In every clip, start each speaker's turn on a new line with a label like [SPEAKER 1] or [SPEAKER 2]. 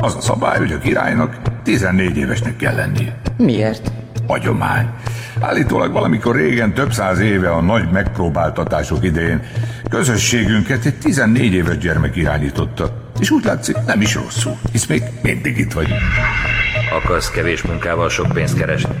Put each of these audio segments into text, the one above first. [SPEAKER 1] Az a szabály, hogy a királynak 14 évesnek kell lennie.
[SPEAKER 2] Miért?
[SPEAKER 1] Hagyomány. Állítólag valamikor régen, több száz éve a nagy megpróbáltatások idején közösségünket egy 14 éves gyermek irányította. És úgy látszik, nem is rosszul, hisz még mindig itt vagyunk.
[SPEAKER 3] Akarsz kevés munkával sok pénzt keresni?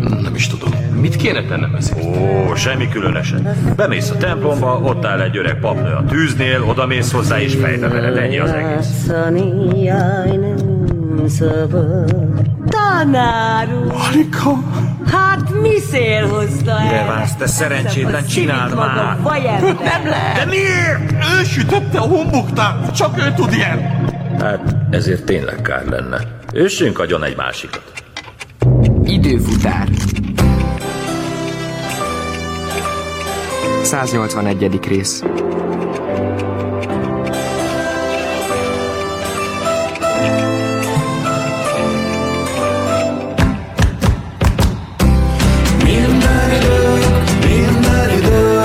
[SPEAKER 4] Nem is tudom. Mit kéne tennem ezért?
[SPEAKER 3] Ó, semmi különösen. Bemész a templomba, ott áll egy öreg papnő a tűznél, oda mész hozzá és fejbe veled, ennyi az egész.
[SPEAKER 5] Játszani, jaj, nem szabad. Tanár úr,
[SPEAKER 4] Alika!
[SPEAKER 5] hát mi szél hozta el?
[SPEAKER 3] Mire vársz, te szerencsétlen,
[SPEAKER 5] Azt a
[SPEAKER 3] csináld
[SPEAKER 5] szívét maga
[SPEAKER 3] már!
[SPEAKER 5] Vajember.
[SPEAKER 4] De miért? Ő sütötte a homboktát! Csak ő tud ilyen!
[SPEAKER 3] Hát ezért tényleg kár lenne. Őssünk agyon egy másikat.
[SPEAKER 2] Időfutár.
[SPEAKER 6] 181. rész.
[SPEAKER 7] Minden idő,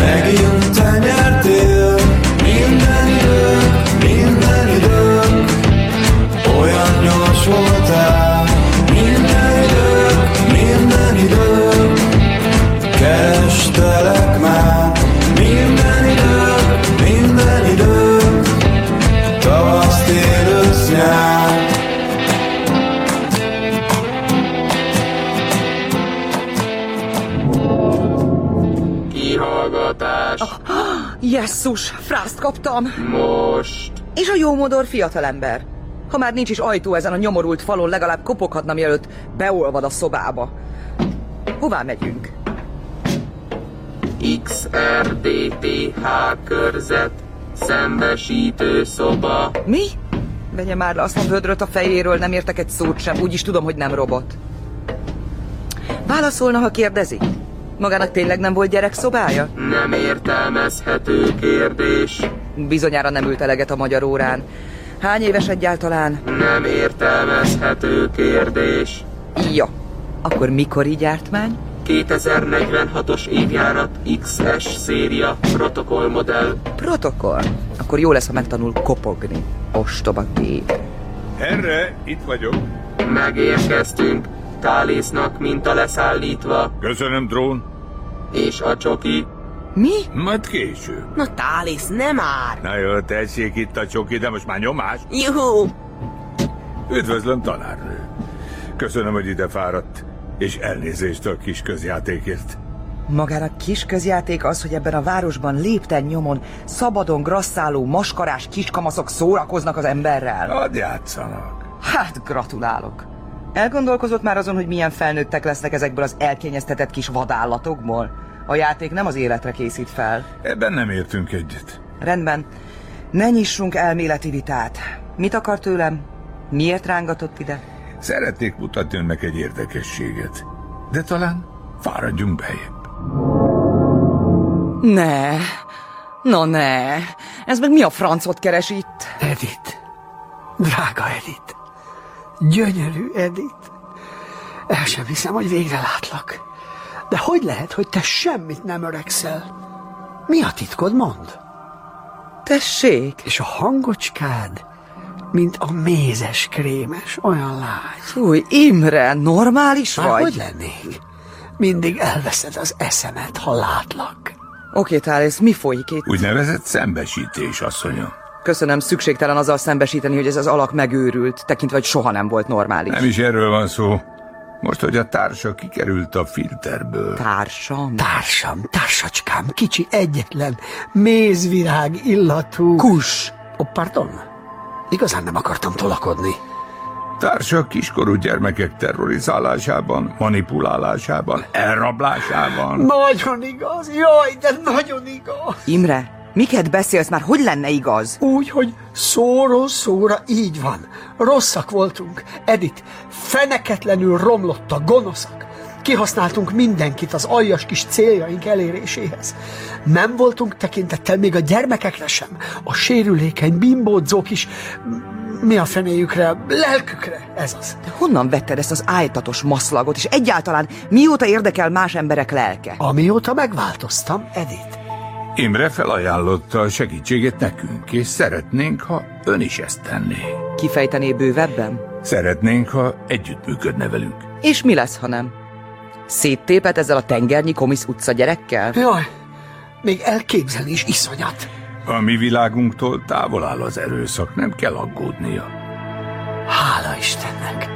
[SPEAKER 7] megint te nyertél Minden idő, minden idő, olyan gyors voltál Minden idő, minden idő, kerestelek már Minden idő, minden idő, tavasz, tél, ősz, nyár
[SPEAKER 8] Jesszus, frászt kaptam! Most! És a jómodor fiatalember. Ha már nincs is ajtó ezen a nyomorult falon, legalább kopoghatna, mielőtt beolvad a szobába. Hová megyünk?
[SPEAKER 9] XRDTH körzet, szembesítő szoba,
[SPEAKER 8] Mi? Vegye már le azt a vödröt a fejéről, nem értek egy szót sem, úgyis tudom, hogy nem robot. Válaszolna, ha kérdezi? Magának tényleg nem volt gyerek szobája?
[SPEAKER 9] nem értelmezhető kérdés,
[SPEAKER 8] Bizonyára nem ült eleget a magyar órán. Hány éves egyáltalán?
[SPEAKER 9] nem értelmezhető kérdés.
[SPEAKER 8] Ja. Akkor mikori gyártmány?
[SPEAKER 9] 2046-os évjárat XS széria protokollmodell.
[SPEAKER 8] Protokoll. Akkor jó lesz, ha megtanul kopogni. Ostoba gép.
[SPEAKER 1] Erre itt vagyok.
[SPEAKER 9] Megérkeztünk, Tálisznak minta leszállítva,
[SPEAKER 1] Köszönöm, drón.
[SPEAKER 9] és a csoki.
[SPEAKER 8] Mi?
[SPEAKER 1] Majd később.
[SPEAKER 10] Na Tálisz, nem már!
[SPEAKER 1] Na jó, tessék itt a csoki, de most már nyomás.
[SPEAKER 10] Juhú!
[SPEAKER 1] Üdvözlöm, tanárnő. Köszönöm, hogy ide fáradt, és elnézést a kis közjátékért.
[SPEAKER 8] Magának kis közjáték az, hogy ebben a városban lépten nyomon szabadon grasszáló, maskarás kiskamaszok szórakoznak az emberrel.
[SPEAKER 1] Hadd játszanak.
[SPEAKER 8] Hát gratulálok. Elgondolkozott már azon, hogy milyen felnőttek lesznek ezekből az elkényeztetett kis vadállatokból? A játék nem az életre készít fel.
[SPEAKER 1] Ebben nem értünk egyet.
[SPEAKER 8] Rendben. Ne nyissunk elméleti vitát. Mit akar tőlem? Miért rángatott ide?
[SPEAKER 1] Szeretnék mutatni önnek egy érdekességet. De talán fáradjunk beljebb.
[SPEAKER 8] Ne! Na ne! Ez meg mi a francot keres itt?
[SPEAKER 11] Edith. Drága Edith. Gyönyörű Edith. El sem hiszem, hogy végre látlak. De hogy lehet, hogy te semmit nem öregszel? Mi a titkod, mond?
[SPEAKER 8] Tessék!
[SPEAKER 11] És a hangocskád, mint a mézes krémes, olyan lágy.
[SPEAKER 8] Fúj, Imre, normális
[SPEAKER 11] Már
[SPEAKER 8] vagy?
[SPEAKER 11] hogy lennék? Mindig elveszed az eszemet, ha látlak.
[SPEAKER 8] Oké, Thales, mi folyik itt?
[SPEAKER 1] Úgynevezett szembesítés, asszonyom.
[SPEAKER 8] Köszönöm, szükségtelen azzal szembesíteni, hogy ez az alak megőrült, tekintve, hogy soha nem volt normális.
[SPEAKER 1] Nem is erről van szó. Most, hogy a társa kikerült a filterből.
[SPEAKER 8] Társam.
[SPEAKER 11] Társam, társacskám, kicsi, egyetlen, mézvirág illatú...
[SPEAKER 8] Kus!
[SPEAKER 11] Ó, pardon. Igazán nem akartam tolakodni.
[SPEAKER 1] Társa kiskorú gyermekek terrorizálásában, manipulálásában, elrablásában.
[SPEAKER 11] Nagyon igaz, jaj, de nagyon igaz.
[SPEAKER 8] Imre, miket beszélsz már? Hogy lenne igaz?
[SPEAKER 11] Úgy, hogy szóról szóra így van. Rosszak voltunk. Edith, feneketlenül romlottak, gonoszak. Kihasználtunk mindenkit az aljas kis céljaink eléréséhez. Nem voltunk tekintettel még a gyermekekre sem. A sérülékeny, bimbódzók is, m- mi a fenéjükre, lelkükre, ez az.
[SPEAKER 8] Honnan vetted ezt az ájtatos maszlagot, és egyáltalán mióta érdekel más emberek lelke?
[SPEAKER 11] Amióta megváltoztam, Edith,
[SPEAKER 1] Imre felajánlotta a segítséget nekünk, és szeretnénk, ha ön is ezt tenné.
[SPEAKER 8] Kifejtené bővebben?
[SPEAKER 1] Szeretnénk, ha együttműködne velünk.
[SPEAKER 8] És mi lesz, ha nem? Széttépet ezzel a tengernyi komisz utca gyerekkel?
[SPEAKER 11] Jaj, még elképzelni is iszonyat.
[SPEAKER 1] A mi világunktól távol áll az erőszak, nem kell aggódnia.
[SPEAKER 11] Hála Istennek!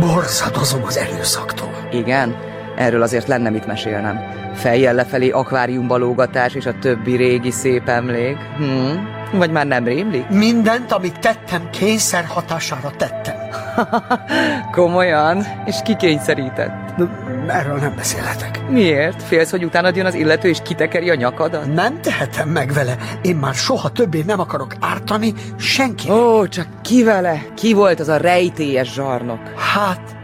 [SPEAKER 11] Borzadozom az erőszaktól.
[SPEAKER 8] Igen, erről azért lenne mit mesélnem. Fejjel lefelé akváriumbalógatás és a többi régi szép emlék. Hm? Vagy már nem rémlik?
[SPEAKER 11] Mindent, amit tettem, kényszer hatására tettem.
[SPEAKER 8] Komolyan? És kikényszerített?
[SPEAKER 11] Erről nem beszélhetek.
[SPEAKER 8] Miért? Félsz, hogy utána jön az illető és kitekeri a nyakadat?
[SPEAKER 11] Nem tehetem meg vele. Én már soha többé nem akarok ártani senki.
[SPEAKER 8] Ó, csak ki vele? Ki volt az a rejtélyes zsarnok?
[SPEAKER 11] Hát,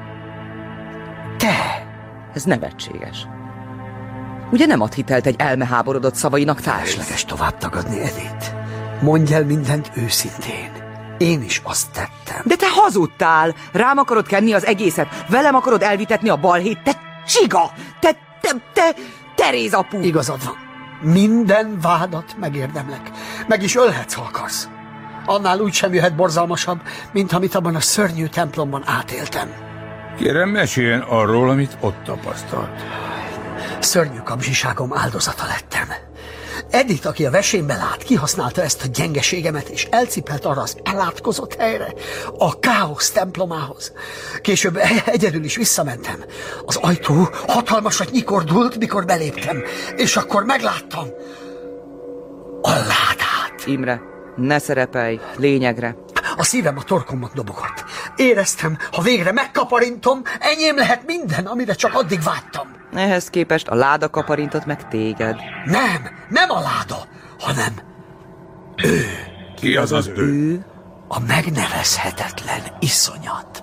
[SPEAKER 11] te!
[SPEAKER 8] Ez nevetséges. Ugye nem ad hitelt egy elmeháborodott szavainak társnak?
[SPEAKER 11] Felesleges tovább tagadni Edit. Mondj el mindent őszintén. Én is azt tettem.
[SPEAKER 8] De te hazudtál! Rám akarod kenni az egészet, velem akarod elvitetni a balhét, te csiga! Te, te, te, Teréz apu!
[SPEAKER 11] Igazad van. Minden vádat megérdemlek. Meg is ölhetsz, ha akarsz. Annál úgy sem jöhet borzalmasabb, mint amit abban a szörnyű templomban átéltem.
[SPEAKER 1] Kérem, meséljen arról, amit ott tapasztalt.
[SPEAKER 11] Szörnyű kapzsiságom áldozata lettem. Edith, aki a vesémbe lát, kihasználta ezt a gyengeségemet, és elcipelt arra az elátkozott helyre, a káosz templomához. Később e- egyedül is visszamentem. Az ajtó hatalmasat nyikordult, mikor beléptem, és akkor megláttam a ládát.
[SPEAKER 8] Hát, Imre, ne szerepelj, lényegre.
[SPEAKER 11] A szívem a torkomban dobogott. Éreztem, ha végre megkaparintom, enyém lehet minden, amire csak addig vágytam.
[SPEAKER 8] Ehhez képest a láda kaparintott meg téged.
[SPEAKER 11] Nem, nem a láda, hanem
[SPEAKER 1] Ki az az ő?
[SPEAKER 11] a megnevezhetetlen iszonyat.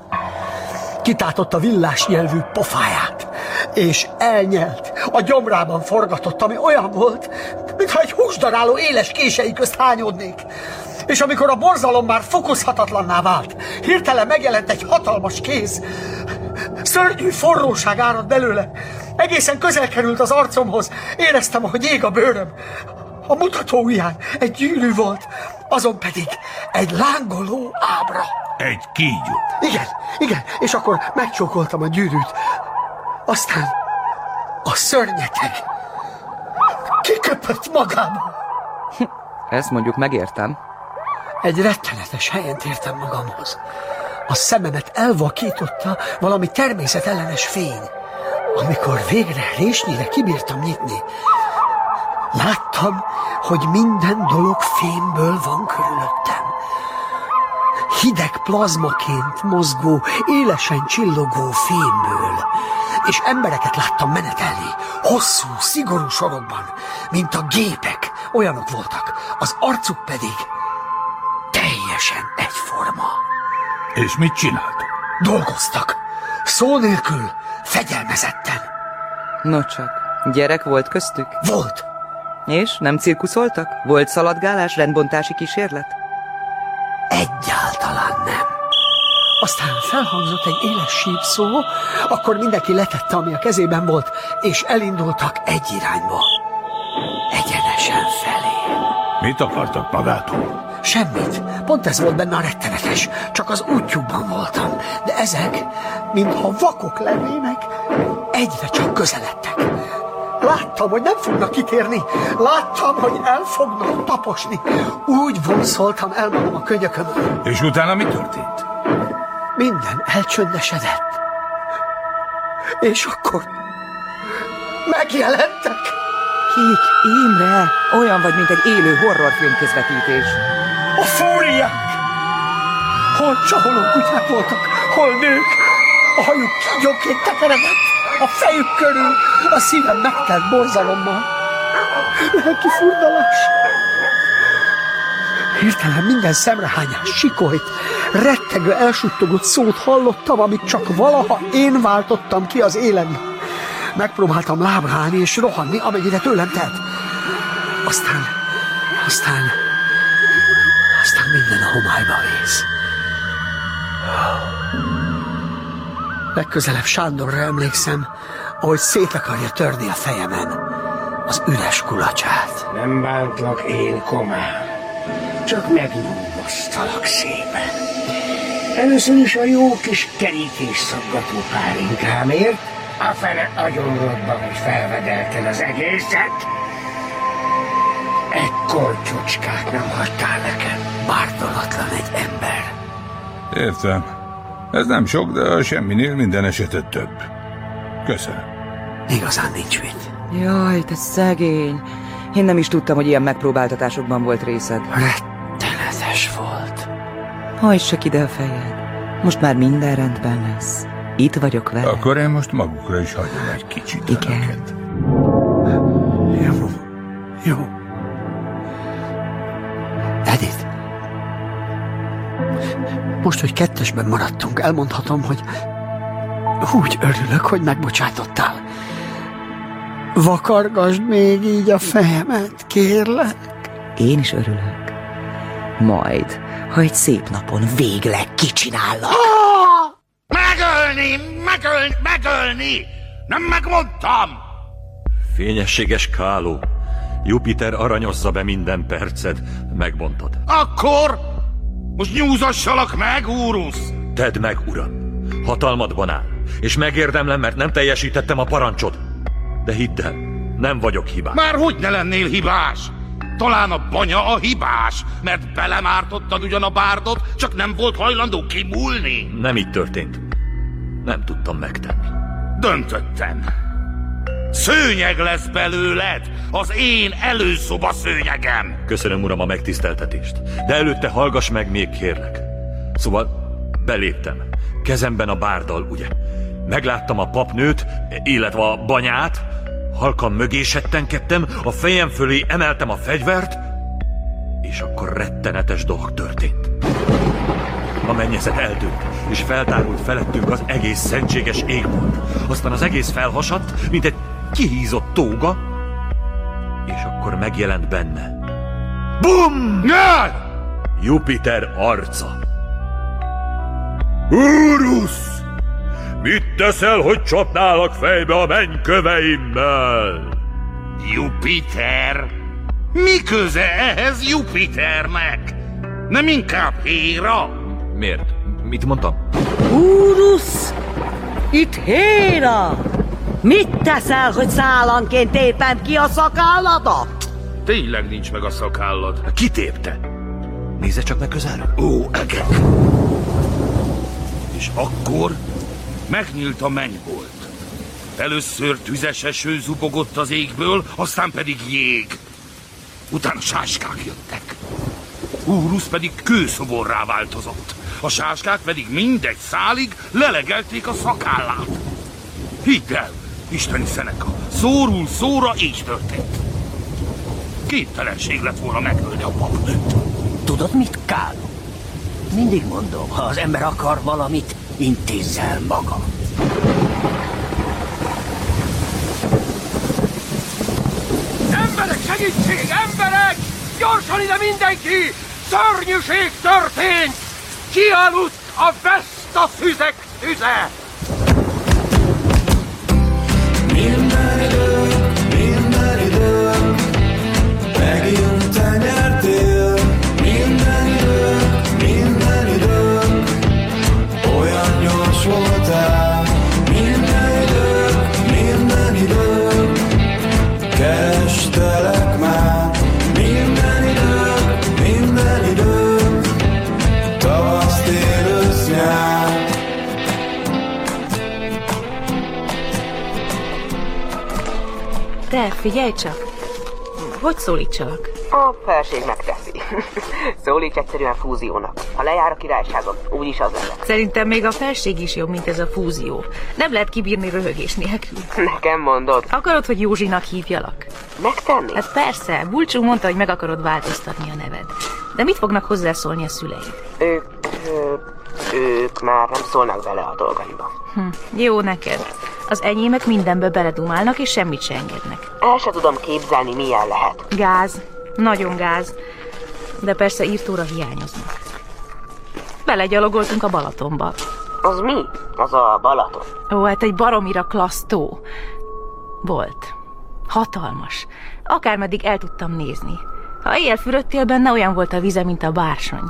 [SPEAKER 11] Kitátotta villás nyelvű pofáját, és elnyelt. A gyomrában forgatott, ami olyan volt, mintha egy húsdaráló éles kései közt hányódnék. És amikor a borzalom már fokozhatatlanná vált, hirtelen megjelent egy hatalmas kéz. Szörnyű forróság árad belőle. Egészen közel került az arcomhoz. Éreztem, ahogy ég a bőröm. A mutató ujján egy gyűrű volt, azon pedig egy lángoló ábra.
[SPEAKER 1] Egy kígyó.
[SPEAKER 11] Igen, igen, és akkor megcsókoltam a gyűrűt. Aztán a szörnyeteg kiköpött magába.
[SPEAKER 8] Ezt mondjuk megértem.
[SPEAKER 11] Egy rettenetes helyen tértem magamhoz. A szememet elvakította valami természetellenes fény. Amikor végre résnyire kibírtam nyitni, láttam, hogy minden dolog fémből van körülöttem. Hideg plazmaként mozgó, élesen csillogó fémből. És embereket láttam menetelni, hosszú, szigorú sorokban, mint a gépek, olyanok voltak, az arcuk pedig teljesen egyforma
[SPEAKER 1] És mit csinált?
[SPEAKER 11] dolgoztak. Szó nélkül, fegyelmezetten.
[SPEAKER 8] Nocsak, gyerek volt köztük?
[SPEAKER 11] Volt.
[SPEAKER 8] És nem cirkuszoltak? Volt szaladgálás, rendbontási kísérlet?
[SPEAKER 11] Egyáltalán nem. Aztán felhangzott egy éles sípszó, akkor mindenki letette, ami a kezében volt, és elindultak egy irányba. Egyenesen felé.
[SPEAKER 1] Mit akartak magától?
[SPEAKER 11] Semmit. Pont ez volt benne a rettenetes. Csak az útjukban voltam. De ezek, mintha vakok lennének, egyre csak közeledtek. Láttam, hogy nem fognak kitérni. Láttam, hogy el fognak taposni. Úgy vonszoltam el magam a könyökömön.
[SPEAKER 1] És utána mi történt?
[SPEAKER 11] Minden elcsöndesedett. És akkor megjelentek.
[SPEAKER 8] Kik, Imre, olyan vagy, mint egy élő horrorfilm közvetítés.
[SPEAKER 11] A fúriák! Hol csaholó kutyák voltak, hol nők. A hajuk kígyóként tekeredett, a fejük körül, a szívem megtelt borzalommal. Lelki furdalás. Hirtelen minden szemrehányás, sikolyt, rettegő, elsuttogott szót hallottam, amit csak valaha én váltottam ki az élemben. Megpróbáltam lábra állni és rohanni, amennyire tőlem telt. Aztán, aztán, aztán minden a homályba vész. Legközelebb Sándorra emlékszem, ahogy szét akarja törni a fejemen. az üres kulacsát.
[SPEAKER 12] Nem bántlak én, komám. Csak megnyugasztalak szépen. Először is a jó kis kerítés szaggató pálinkámért, a fene agyonrodban, hogy felvedelten az egészet. Egy korcsocskát nem hagytál nekem. Pártolatlan egy ember.
[SPEAKER 1] Értem. Ez nem sok, de semminél minden esetet több. Köszönöm.
[SPEAKER 11] Igazán nincs mit.
[SPEAKER 8] Jaj, te szegény. Én nem is tudtam, hogy ilyen megpróbáltatásokban volt részed.
[SPEAKER 11] Rettenetes volt.
[SPEAKER 8] Hajj csak ide a fejed. Most már minden rendben lesz. Itt vagyok vele.
[SPEAKER 1] Akkor én most magukra is hagyom egy kicsit.
[SPEAKER 8] Igen.
[SPEAKER 11] Jó. Jó. Edith. Most, hogy kettesben maradtunk, elmondhatom, hogy úgy örülök, hogy megbocsátottál. Vakargasd még így a fejemet, kérlek.
[SPEAKER 8] Én is örülök. Majd, ha egy szép napon végleg kicsinállak.
[SPEAKER 13] Megölni, megölni, megölni! Nem megmondtam!
[SPEAKER 3] Fényességes Káló, Jupiter aranyozza be minden perced, megbontad.
[SPEAKER 13] Akkor most nyúzassalak meg, úrusz!
[SPEAKER 3] Tedd meg, uram! Hatalmadban áll, és megérdemlem, mert nem teljesítettem a parancsod. De hidd el, nem vagyok hibás.
[SPEAKER 13] Már hogy ne lennél hibás? Talán a banya a hibás, mert belemártottad ugyan a bárdot, csak nem volt hajlandó kimúlni.
[SPEAKER 3] Nem így történt. Nem tudtam megtenni.
[SPEAKER 13] Döntöttem. Szőnyeg lesz belőled, az én előszoba szőnyegem.
[SPEAKER 3] Köszönöm, uram, a megtiszteltetést. De előtte hallgass meg még, kérlek. Szóval beléptem. Kezemben a bárdal, ugye? Megláttam a papnőt, illetve a banyát, halkan mögé settenkedtem, a fejem fölé emeltem a fegyvert, és akkor rettenetes dolog történt. A mennyezet eltűnt, és feltárult felettünk az egész szentséges égbolt. Aztán az egész felhasadt, mint egy kihízott tóga, és akkor megjelent benne. BUM!
[SPEAKER 13] Jaj!
[SPEAKER 3] Jupiter arca. Úrusz! Mit teszel, hogy csapnálak fejbe a mennyköveimmel?
[SPEAKER 13] Jupiter? Mi köze ehhez Jupiternek? Nem inkább Héra?
[SPEAKER 3] Miért? Mit mondtam?
[SPEAKER 14] Úrusz! Itt Héra! Mit teszel, hogy szállanként tépem ki a szakálladat?
[SPEAKER 13] Tényleg nincs meg a szakállad.
[SPEAKER 3] Kitépte? Nézze csak meg közelről.
[SPEAKER 13] Ó, egek! És akkor megnyílt a mennybolt. Először tüzes eső zubogott az égből, aztán pedig jég. Utána sáskák jöttek. Úrusz pedig kőszoborrá változott. A sáskák pedig mindegy szálig lelegelték a szakállát. Hidd el, isteni szeneka, szórul szóra így történt. Képtelenség lett volna megölni a papnőt.
[SPEAKER 12] Tudod mit, Kál? Mindig mondom, ha az ember akar valamit, intézzel maga.
[SPEAKER 13] Emberek, segítség, emberek! Gyorsan ide mindenki! Szörnyűség történt! Kialudt a Vesta füzek tüze!
[SPEAKER 7] Minden idők, minden idők, megint te nyertél. Minden idők, minden idők, olyan gyors voltál. Minden idők, minden idők, kerestelek már. Minden idők, minden idők, tavasz, tél, ősz, nyár.
[SPEAKER 15] Te, figyelj csak! Hogy szólítsalak?
[SPEAKER 16] A felség megteszi. Szólíts egyszerűen fúziónak. Ha lejár a királyságon, úgyis az lenne.
[SPEAKER 15] Szerintem még a felség is jobb, mint ez a fúzió. Nem lehet kibírni röhögés nélkül.
[SPEAKER 16] Nekem mondod.
[SPEAKER 15] Akarod, hogy Józsinak hívjalak?
[SPEAKER 16] Megtenni?
[SPEAKER 15] Hát persze, Bulcsú mondta, hogy meg akarod változtatni a neved. De mit fognak hozzászólni a szüleid?
[SPEAKER 16] Ők, ők, ők már nem szólnak bele a dolgaimba.
[SPEAKER 15] Hm, jó neked. Az enyémek mindenbe beledumálnak, és semmit se engednek.
[SPEAKER 16] El se tudom képzelni, milyen lehet.
[SPEAKER 15] Gáz. Nagyon gáz. De persze írtóra hiányoznak. Belegyalogoltunk a Balatonba.
[SPEAKER 16] Az mi? Az a Balaton.
[SPEAKER 15] Ó, hát egy baromira klassz tó. Volt. Hatalmas. Akármeddig el tudtam nézni. Ha éjjel fürödtél benne, olyan volt a vize, mint a bársony.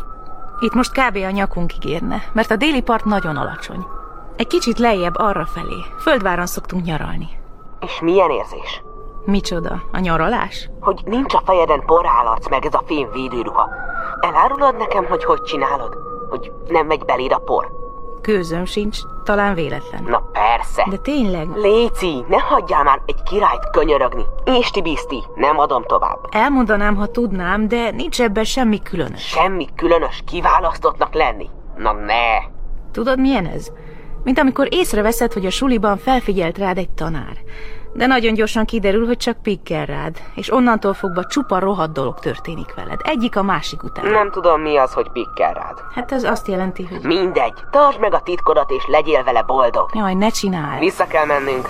[SPEAKER 15] Itt most kb. a nyakunkig érne, mert a déli part nagyon alacsony. Egy kicsit lejjebb arra felé. Földváron szoktunk nyaralni.
[SPEAKER 16] És milyen érzés?
[SPEAKER 15] Micsoda? A nyaralás?
[SPEAKER 16] Hogy nincs a fejeden porálarc meg ez a fém védőruha. Elárulod nekem, hogy hogy csinálod? Hogy nem megy beléd a por?
[SPEAKER 15] Kőzöm sincs, talán véletlen.
[SPEAKER 16] Na persze.
[SPEAKER 15] De tényleg?
[SPEAKER 16] Léci, ne hagyjál már egy királyt könyörögni. Ésti bízti, nem adom tovább.
[SPEAKER 15] Elmondanám, ha tudnám, de nincs ebben semmi különös.
[SPEAKER 16] Semmi különös kiválasztottnak lenni. Na ne!
[SPEAKER 15] Tudod, milyen ez? Mint amikor észreveszed, hogy a suliban felfigyelt rád egy tanár. De nagyon gyorsan kiderül, hogy csak pikkel rád, és onnantól fogva csupa rohadt dolog történik veled. Egyik a másik után.
[SPEAKER 16] Nem tudom, mi az, hogy pikkel rád.
[SPEAKER 15] Hát ez azt jelenti, hogy...
[SPEAKER 16] Mindegy, tartsd meg a titkodat és legyél vele boldog.
[SPEAKER 15] Jaj, ne csinál.
[SPEAKER 16] Vissza kell mennünk.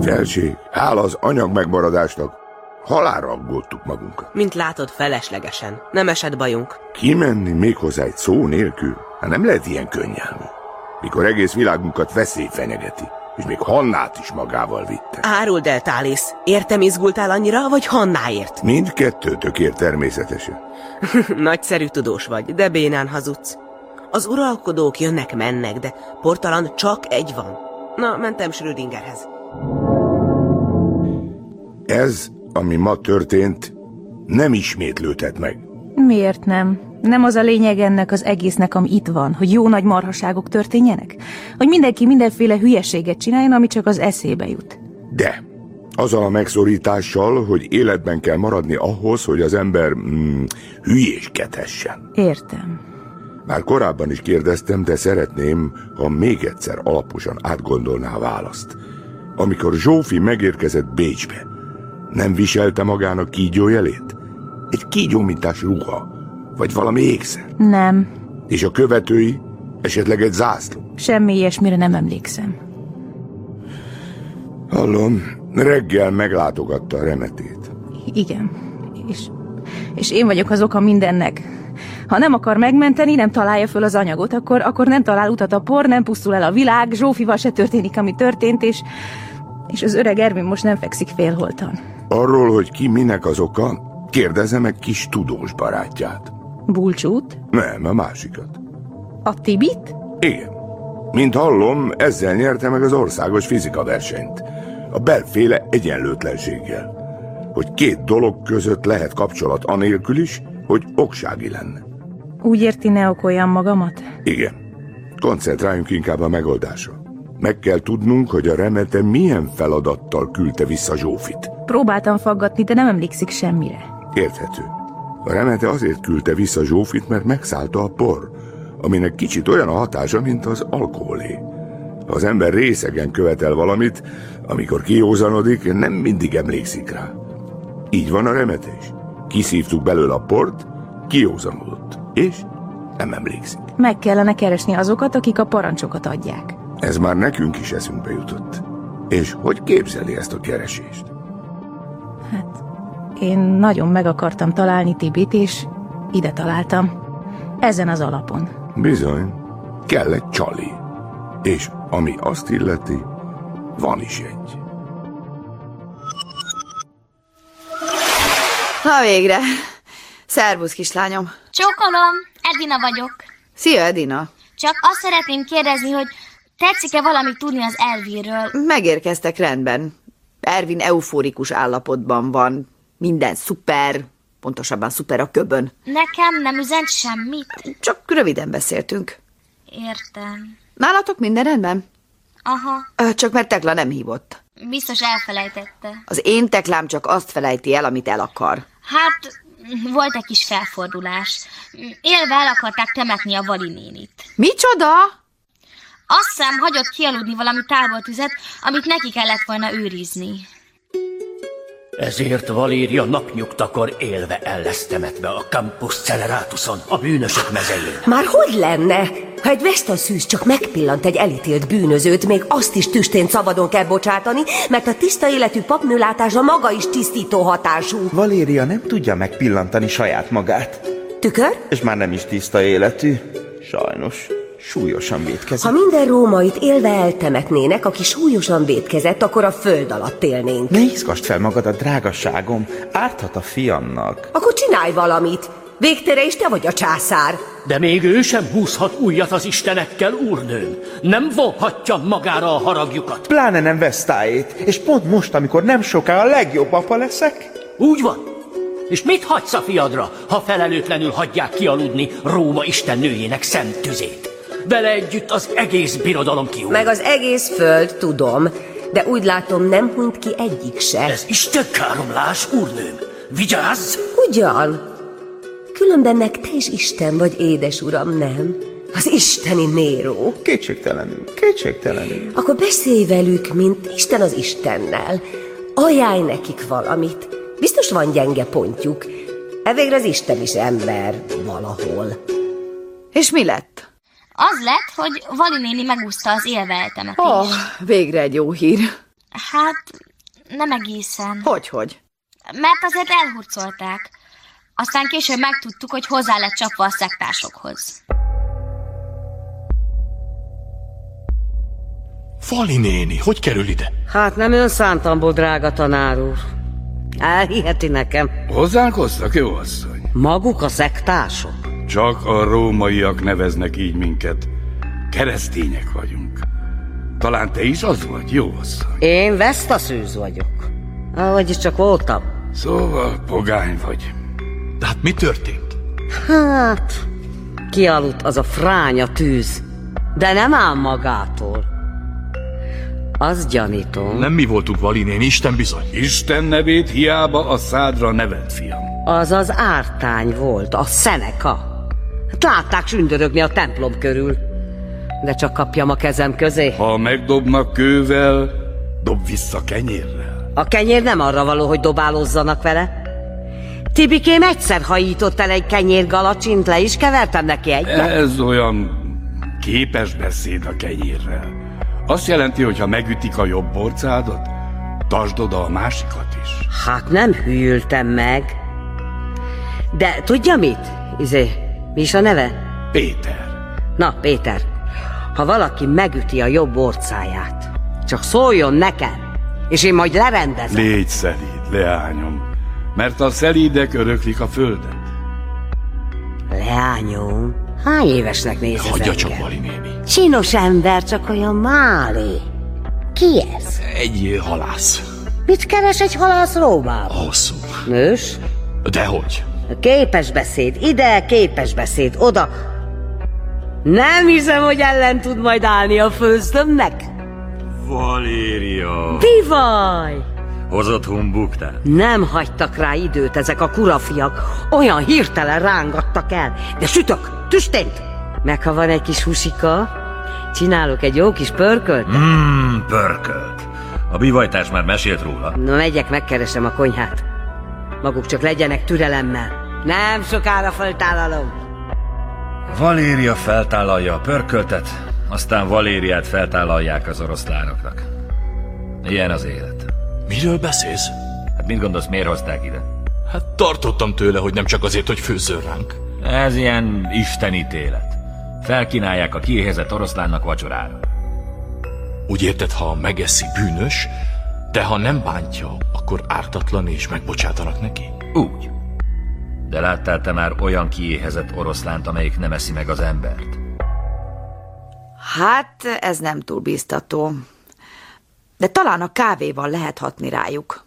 [SPEAKER 17] Felség, hála az anyag megmaradásnak. Halára aggódtuk magunkat.
[SPEAKER 16] Mint látod, feleslegesen. Nem esett bajunk.
[SPEAKER 17] Kimenni méghozzá egy szó nélkül? Hát nem lehet ilyen könnyelmű. Mikor egész világunkat veszély fenyegeti, és még Hannát is magával vitte.
[SPEAKER 16] Áruld el, Tálisz. Értem izgultál annyira, vagy Hannáért?
[SPEAKER 17] Mindkettőtökért természetesen.
[SPEAKER 16] Nagyszerű tudós vagy, de bénán hazudsz. Az uralkodók jönnek-mennek, de portalan csak egy van. Na, mentem Schrödingerhez.
[SPEAKER 17] Ez, ami ma történt, nem ismétlődhet meg.
[SPEAKER 15] Miért nem? Nem az a lényeg ennek az egésznek, ami itt van, hogy jó nagy marhaságok történjenek? Hogy mindenki mindenféle hülyeséget csináljon, ami csak az eszébe jut.
[SPEAKER 17] De azzal a megszorítással, hogy életben kell maradni ahhoz, hogy az ember mm, hülyéskedhessen.
[SPEAKER 15] Értem.
[SPEAKER 17] Már korábban is kérdeztem, de szeretném, ha még egyszer alaposan átgondolná a választ. Amikor Zsófi megérkezett Bécsbe, nem viselte magának kígyójelét? Egy kígyómintás ruha, vagy valami ékszer?
[SPEAKER 15] Nem,
[SPEAKER 17] És a követői? Esetleg egy zászló?
[SPEAKER 15] semmi ilyesmire nem emlékszem.
[SPEAKER 17] Hallom, reggel meglátogatta a remetét.
[SPEAKER 15] Igen. És, és én vagyok az oka mindennek. Ha nem akar megmenteni, nem találja föl az anyagot, akkor, akkor nem talál utat a por, nem pusztul el a világ, Zsófival se történik, ami történt, és, és az öreg Ervin most nem fekszik félholtan.
[SPEAKER 17] Arról, hogy ki minek az oka, kérdezze meg kis tudós barátját.
[SPEAKER 15] Bulcsút?
[SPEAKER 17] Nem, a másikat.
[SPEAKER 15] A Tibit?
[SPEAKER 17] Igen. Mint hallom, ezzel nyerte meg az országos fizika versenyt. A belféle egyenlőtlenséggel. Hogy két dolog között lehet kapcsolat anélkül is, hogy oksági lenne.
[SPEAKER 15] Úgy érti, ne okoljam magamat?
[SPEAKER 17] Igen. Koncentráljunk inkább a megoldásra. Meg kell tudnunk, hogy a remete milyen feladattal küldte vissza Zsófit.
[SPEAKER 15] Próbáltam faggatni, de nem emlékszik semmire.
[SPEAKER 17] Érthető. A remete azért küldte vissza Zsófit, mert megszállta a por, aminek kicsit olyan a hatása, mint az alkoholé. Ha az ember részegen követel valamit, amikor kiózanodik, nem mindig emlékszik rá. Így van a remete is. Kiszívtuk belőle a port, kiózanodott, és nem emlékszik.
[SPEAKER 15] Meg kellene keresni azokat, akik a parancsokat adják.
[SPEAKER 17] Ez már nekünk is eszünkbe jutott. És hogy képzeli ezt a keresést?
[SPEAKER 15] Én nagyon meg akartam találni Tibit, és ide találtam. Ezen az alapon.
[SPEAKER 17] Bizony, kell egy csali. És ami azt illeti, van is egy.
[SPEAKER 18] Na végre. Szervusz, kislányom.
[SPEAKER 19] Csókolom, Edina vagyok.
[SPEAKER 18] Szia, Edina.
[SPEAKER 19] Csak azt szeretném kérdezni, hogy tetszik-e valamit tudni az Elvinről?
[SPEAKER 18] Megérkeztek rendben. Ervin euforikus állapotban van. Minden szuper, pontosabban szuper a köbön.
[SPEAKER 19] Nekem nem üzent semmit.
[SPEAKER 18] Csak röviden beszéltünk.
[SPEAKER 19] Értem.
[SPEAKER 18] Nálatok minden rendben?
[SPEAKER 19] Aha,
[SPEAKER 18] Ö, Csak mert Tekla nem hívott.
[SPEAKER 19] biztos elfelejtette.
[SPEAKER 18] Az én Teklám csak azt felejti el, amit el akar.
[SPEAKER 19] Hát, volt egy kis felfordulás. Élve el akarták temetni a Vali nénit.
[SPEAKER 18] Micsoda?
[SPEAKER 19] Azt hiszem, hagyott kialudni valami tábortüzet, amit neki kellett volna őrizni.
[SPEAKER 20] Ezért Valéria napnyugtakor élve el lesz temetve a Campus Celeratuson, a bűnösök mezején.
[SPEAKER 21] Már hogy lenne? Ha egy vesztaszűz csak megpillant egy elítélt bűnözőt, még azt is tüstén szabadon kell bocsátani, mert a tiszta életű papnőlátása maga is tisztító hatású.
[SPEAKER 22] Valéria nem tudja megpillantani saját magát.
[SPEAKER 21] Tükör?
[SPEAKER 22] És már nem is tiszta életű. Sajnos. Súlyosan vétkezik.
[SPEAKER 21] Ha minden rómait élve eltemetnének, aki súlyosan vétkezett, akkor a föld alatt élnénk.
[SPEAKER 22] Ne izgasd fel magad a drágaságom. Árthat a fiamnak.
[SPEAKER 21] Akkor csinálj valamit! Végtére is te vagy a császár!
[SPEAKER 20] De még ő sem húzhat újat az istenekkel, úrnőm. Nem vonhatja magára a haragjukat.
[SPEAKER 22] Pláne nem vesztájét. És pont most, amikor nem soká a legjobb apa leszek?
[SPEAKER 20] Úgy van. És mit hagysz a fiadra, ha felelőtlenül hagyják kialudni Róma istennőjének szent tüzét? Vele együtt az egész birodalom kiúl.
[SPEAKER 21] Meg az egész föld, tudom. De úgy látom, nem hunyt ki egyik se.
[SPEAKER 20] Ez Isten káromlás, úrnőm. Vigyázz!
[SPEAKER 21] Ugyan. Különben meg te is Isten vagy, édes uram, nem? Az isteni Néró.
[SPEAKER 22] Kétségtelenül, kétségtelenül.
[SPEAKER 21] Akkor beszélj velük, mint Isten az Istennel. Ajánlj nekik valamit. Biztos van gyenge pontjuk. Evégre az Isten is ember valahol.
[SPEAKER 18] És mi lett?
[SPEAKER 19] Az lett, hogy Vali néni megúszta az élve eltemetést.
[SPEAKER 18] Ó, oh, végre egy jó hír.
[SPEAKER 19] Hát, nem egészen.
[SPEAKER 18] Hogy, hogy?
[SPEAKER 19] Mert azért elhurcolták. Aztán később megtudtuk, hogy hozzá lett csapva a szektársokhoz.
[SPEAKER 23] Fali néni, hogy kerül ide?
[SPEAKER 14] Hát nem ön szántamból, drága tanár úr. Elhiheti nekem.
[SPEAKER 24] Hozzánkoztak, jó asszony?
[SPEAKER 14] Maguk a szektársok?
[SPEAKER 24] Csak a rómaiak neveznek így minket. Keresztények vagyunk. Talán te is az vagy, jó asszony?
[SPEAKER 14] Én Vesztaszűz vagyok. Ahogy csak voltam.
[SPEAKER 24] Szóval pogány vagy.
[SPEAKER 23] De hát mi történt?
[SPEAKER 14] Hát, kialudt az a fránya tűz. De nem áll magától. Azt gyanítom.
[SPEAKER 23] Nem mi voltunk Valinén, Isten bizony.
[SPEAKER 24] Isten nevét hiába a szádra nevet, fiam.
[SPEAKER 14] Az az ártány volt, a szeneka. Hát Látták sündörögni a templom körül. De csak kapjam a kezem közé.
[SPEAKER 24] Ha megdobnak kővel, dob vissza kenyérrel.
[SPEAKER 14] A kenyér nem arra való, hogy dobálózzanak vele. Tibikém egyszer hajított el egy kenyérgalacsint, le is kevertem neki egyet.
[SPEAKER 24] Ez olyan képes beszéd a kenyérrel. Azt jelenti, hogy ha megütik a jobb borcádat, tasd oda a másikat is.
[SPEAKER 14] Hát nem hűltem meg. De tudja mit? Izé, mi is a neve?
[SPEAKER 24] Péter.
[SPEAKER 14] Na, Péter, ha valaki megüti a jobb orcáját, csak szóljon nekem, és én majd lerendezem.
[SPEAKER 24] Légy szelíd, leányom, mert a szelídek öröklik a földet.
[SPEAKER 14] Leányom, hány évesnek néz ez
[SPEAKER 23] Hagyja
[SPEAKER 14] engem?
[SPEAKER 23] csak, Vali néni.
[SPEAKER 14] Csinos ember, csak olyan málé. Ki ez?
[SPEAKER 23] Egy ö, halász.
[SPEAKER 14] Mit keres egy halász Rómában?
[SPEAKER 23] Hosszú.
[SPEAKER 14] Nős?
[SPEAKER 23] Dehogy.
[SPEAKER 14] Képes beszéd ide, képes beszéd oda. Nem hiszem, hogy ellen tud majd állni a főzdömnek.
[SPEAKER 3] Valéria!
[SPEAKER 14] Bivaj!
[SPEAKER 3] Hozott humbuktát?
[SPEAKER 14] Nem hagytak rá időt ezek a kurafiak. Olyan hirtelen rángattak el. De sütök, tüstént! Meg ha van egy kis husika, csinálok egy jó kis pörkölt.
[SPEAKER 23] Mm.
[SPEAKER 3] Mmm, pörkölt. A bivajtás már mesélt róla.
[SPEAKER 14] Na megyek, megkeresem a konyhát. Maguk csak legyenek türelemmel. Nem sokára föltállalom.
[SPEAKER 3] Valéria feltállalja a pörköltet, aztán Valériát feltállalják az oroszlánoknak. Ilyen az élet.
[SPEAKER 23] Miről beszélsz?
[SPEAKER 3] Hát mit gondolsz, miért hozták ide?
[SPEAKER 23] Hát tartottam tőle, hogy nem csak azért, hogy főzzön ránk.
[SPEAKER 3] Ez ilyen istenítélet. Felkínálják a kiéhezett oroszlánnak vacsorára.
[SPEAKER 23] Úgy érted, ha megeszi bűnös, de ha nem bántja, akkor ártatlan és megbocsátanak neki?
[SPEAKER 3] Úgy. De láttál te már olyan kiéhezett oroszlánt, amelyik nem eszi meg az embert?
[SPEAKER 18] Hát, ez nem túl biztató. De talán a kávéval lehet hatni rájuk.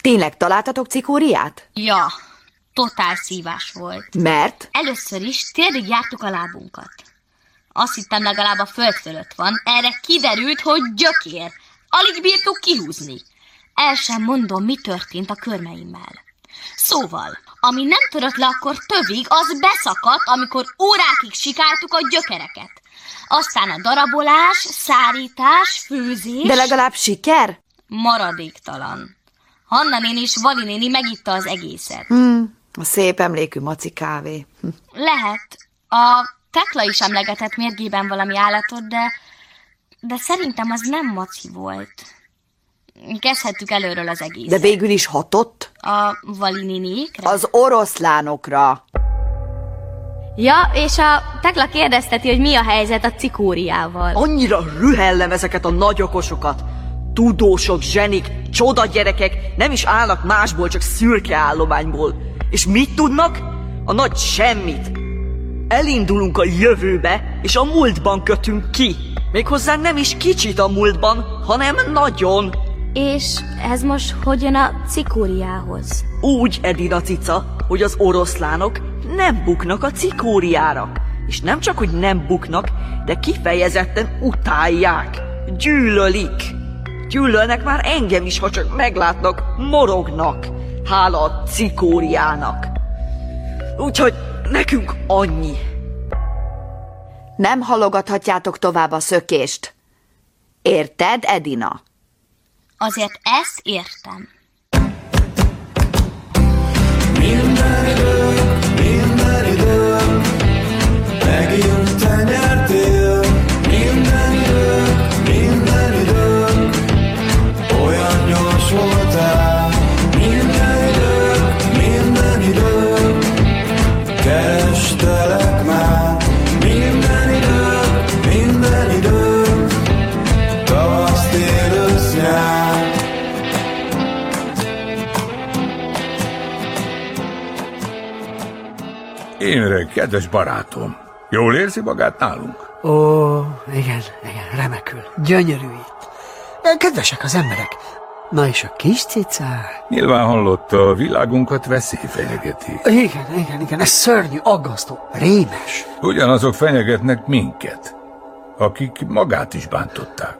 [SPEAKER 18] Tényleg találtatok cikóriát?
[SPEAKER 19] Ja, totál szívás volt.
[SPEAKER 18] Mert?
[SPEAKER 19] Először is térdig jártuk a lábunkat. Azt hittem legalább a föld fölött van, erre kiderült, hogy gyökér. Alig bírtuk kihúzni. El sem mondom, mi történt a körmeimmel. Szóval, ami nem törött le akkor tövig, az beszakadt, amikor órákig sikáltuk a gyökereket. Aztán a darabolás, szárítás, főzés...
[SPEAKER 18] De legalább siker?
[SPEAKER 19] Maradéktalan. Hanna néni és Vali néni megitta az egészet.
[SPEAKER 18] Hmm, a szép emlékű maci kávé. Hm.
[SPEAKER 19] Lehet. A Tekla is emlegetett mérgében valami állatot, de, de szerintem az nem maci volt. Kezdhettük előről az
[SPEAKER 18] De
[SPEAKER 19] egészet.
[SPEAKER 18] végül is hatott?
[SPEAKER 19] A Vali néniékre?
[SPEAKER 18] Az oroszlánokra.
[SPEAKER 19] Ja, és a Tekla kérdezteti, hogy mi a helyzet a cikóriával.
[SPEAKER 2] Annyira rühellem ezeket a nagy okosokat. Tudósok, zsenik, csoda gyerekek nem is állnak másból, csak szürke állományból. És mit tudnak? A nagy semmit. Elindulunk a jövőbe, és a múltban kötünk ki. Méghozzá nem is kicsit a múltban, hanem nagyon.
[SPEAKER 19] És ez most hogy jön a cikóriához?
[SPEAKER 2] Úgy, Edina cica, hogy az oroszlánok nem buknak a cikóriára. És nem csak, hogy nem buknak, de kifejezetten utálják, gyűlölik. Gyűlölnek már engem is, ha csak meglátnak, morognak. Hála a cikóriának. Úgyhogy nekünk annyi.
[SPEAKER 18] Nem halogathatjátok tovább a szökést. Érted, Edina?
[SPEAKER 19] Azért ezt értem.
[SPEAKER 7] Minden időm, megint te nyertél. Minden időm, minden időm, olyan gyors voltál. Minden időm, minden időm, kerestelek már. Minden időm, minden időm, tavasz, tél, ősz, nyár.
[SPEAKER 1] Imre, kedves barátom, jól érzi magát nálunk?
[SPEAKER 11] Ó, igen, igen, remekül. Gyönyörű itt. Kedvesek az emberek. Na és a kis cicák?
[SPEAKER 1] Nyilván hallotta, a világunkat veszély fenyegeti.
[SPEAKER 11] Igen, igen, igen, ez szörnyű, aggasztó, rémes.
[SPEAKER 1] Ugyanazok fenyegetnek minket, akik magát is bántották.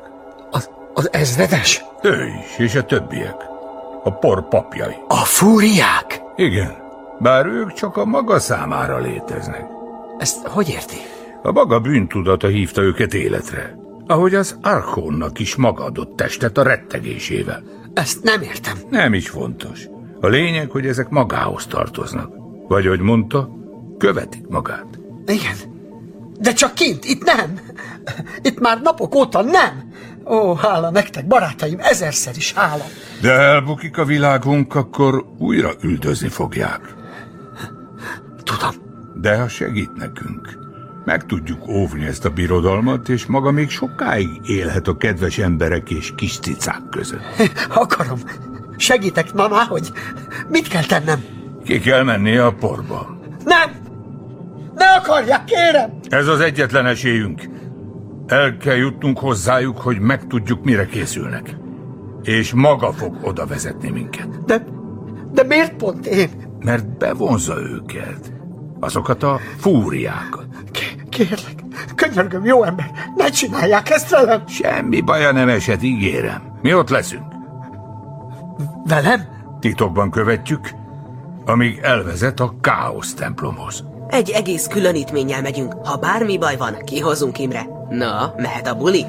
[SPEAKER 11] Az ezredes?
[SPEAKER 1] Ő is, és a többiek. A por papjai.
[SPEAKER 11] A fúriák?
[SPEAKER 1] Igen, bár ők csak a maga számára léteznek.
[SPEAKER 11] Ezt hogy érti?
[SPEAKER 1] A maga bűntudata hívta őket életre, ahogy az Archonnak is maga adott testet a rettegésével.
[SPEAKER 11] Ezt nem értem.
[SPEAKER 1] Nem is fontos. A lényeg, hogy ezek magához tartoznak. Vagy, hogy mondta, követik magát.
[SPEAKER 11] Igen. De csak kint, itt nem. Itt már napok óta nem. Ó, hála nektek, barátaim, ezerszer is hála.
[SPEAKER 1] De ha elbukik a világunk, akkor újra üldözni fogják.
[SPEAKER 11] Tudom.
[SPEAKER 1] De ha segít nekünk, meg tudjuk óvni ezt a birodalmat, és maga még sokáig élhet a kedves emberek és kis cicák között.
[SPEAKER 11] Akarom. Segítek, mamá, hogy mit kell tennem?
[SPEAKER 1] Ki kell mennie a porba.
[SPEAKER 11] Nem! Ne akarják, kérem!
[SPEAKER 1] Ez az egyetlen esélyünk. El kell jutnunk hozzájuk, hogy megtudjuk, mire készülnek. És maga fog oda vezetni minket.
[SPEAKER 11] De miért pont én?
[SPEAKER 1] Mert bevonza őket. Azokat a fúriákat.
[SPEAKER 11] Kérlek, könyörgöm, jó ember, ne csinálják ezt velem!
[SPEAKER 1] Semmi baja nem esett, ígérem. Mi ott leszünk.
[SPEAKER 11] Velem?
[SPEAKER 1] Titokban követjük, amíg elvezet a káosz templomhoz.
[SPEAKER 16] Egy egész különítménnyel megyünk. Ha bármi baj van, kihozunk Imre. Na, mehet a buli?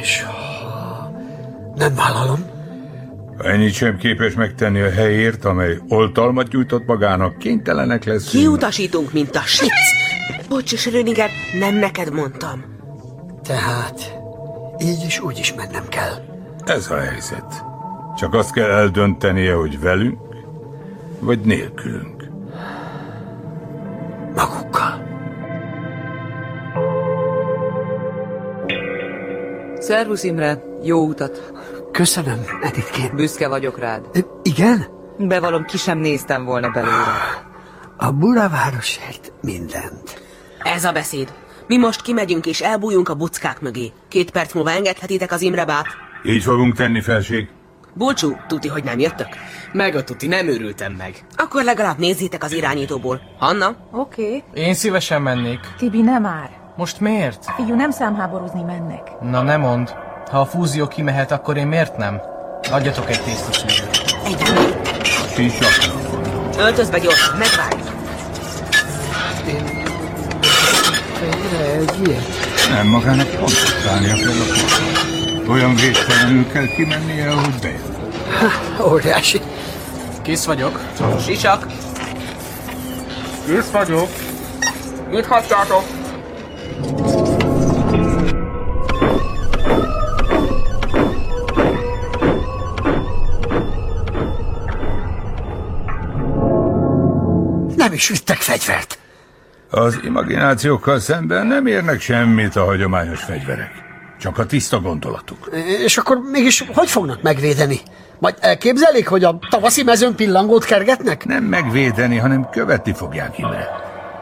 [SPEAKER 11] És Nem vállalom.
[SPEAKER 1] Ennyit sem képes megtenni a helyért, amely oltalmat nyújtott magának, kénytelenek leszünk.
[SPEAKER 16] Kiutasítunk, mint a sic. Bocs, Schrödinger, nem neked mondtam.
[SPEAKER 11] Tehát így is úgy is mennem kell.
[SPEAKER 1] Ez a helyzet. Csak azt kell eldöntenie, hogy velünk, vagy nélkülünk.
[SPEAKER 8] Szervusz Imre, jó utat.
[SPEAKER 11] Köszönöm, Editkém.
[SPEAKER 8] Büszke vagyok rád.
[SPEAKER 11] Igen?
[SPEAKER 8] Bevallom, ki sem néztem volna belőle.
[SPEAKER 11] A Buravárosért mindent.
[SPEAKER 16] Ez a beszéd. Mi most kimegyünk és elbújunk a buckák mögé. Két perc múlva engedhetitek az Imre bát.
[SPEAKER 1] Így fogunk tenni, felség.
[SPEAKER 16] Bulcsú, tuti, hogy nem jöttök? Meg a tuti, nem örültem meg. Akkor legalább nézzétek az irányítóból. Hanna?
[SPEAKER 15] Oké. Okay.
[SPEAKER 9] Én szívesen mennék.
[SPEAKER 15] Tibi, nem már.
[SPEAKER 9] Most miért?
[SPEAKER 15] Figyú, nem számháborúzni mennek.
[SPEAKER 9] Na ne mond. Ha a fúzió kimehet, akkor én miért nem? Adjatok egy tésztasűrűt.
[SPEAKER 1] Sincs
[SPEAKER 16] Öltöz be gyorsan, megvárj.
[SPEAKER 11] Egy ilyen.
[SPEAKER 1] Nem magának pontosítania kell a porba. Olyan védtelenül kell kimennie, ahogy bejön.
[SPEAKER 11] Ha, óriási.
[SPEAKER 9] Kész vagyok.
[SPEAKER 16] Sisak.
[SPEAKER 9] Kész vagyok.
[SPEAKER 16] Mit hagytátok?
[SPEAKER 11] Nem is vittek fegyvert.
[SPEAKER 1] Az imaginációkkal szemben nem érnek semmit a hagyományos fegyverek. Csak a tiszta gondolatuk.
[SPEAKER 11] És akkor mégis hogy fognak megvédeni? Majd elképzelik, hogy a tavaszi mezőn pillangót kergetnek?
[SPEAKER 1] Nem megvédeni, hanem követni fogják ide.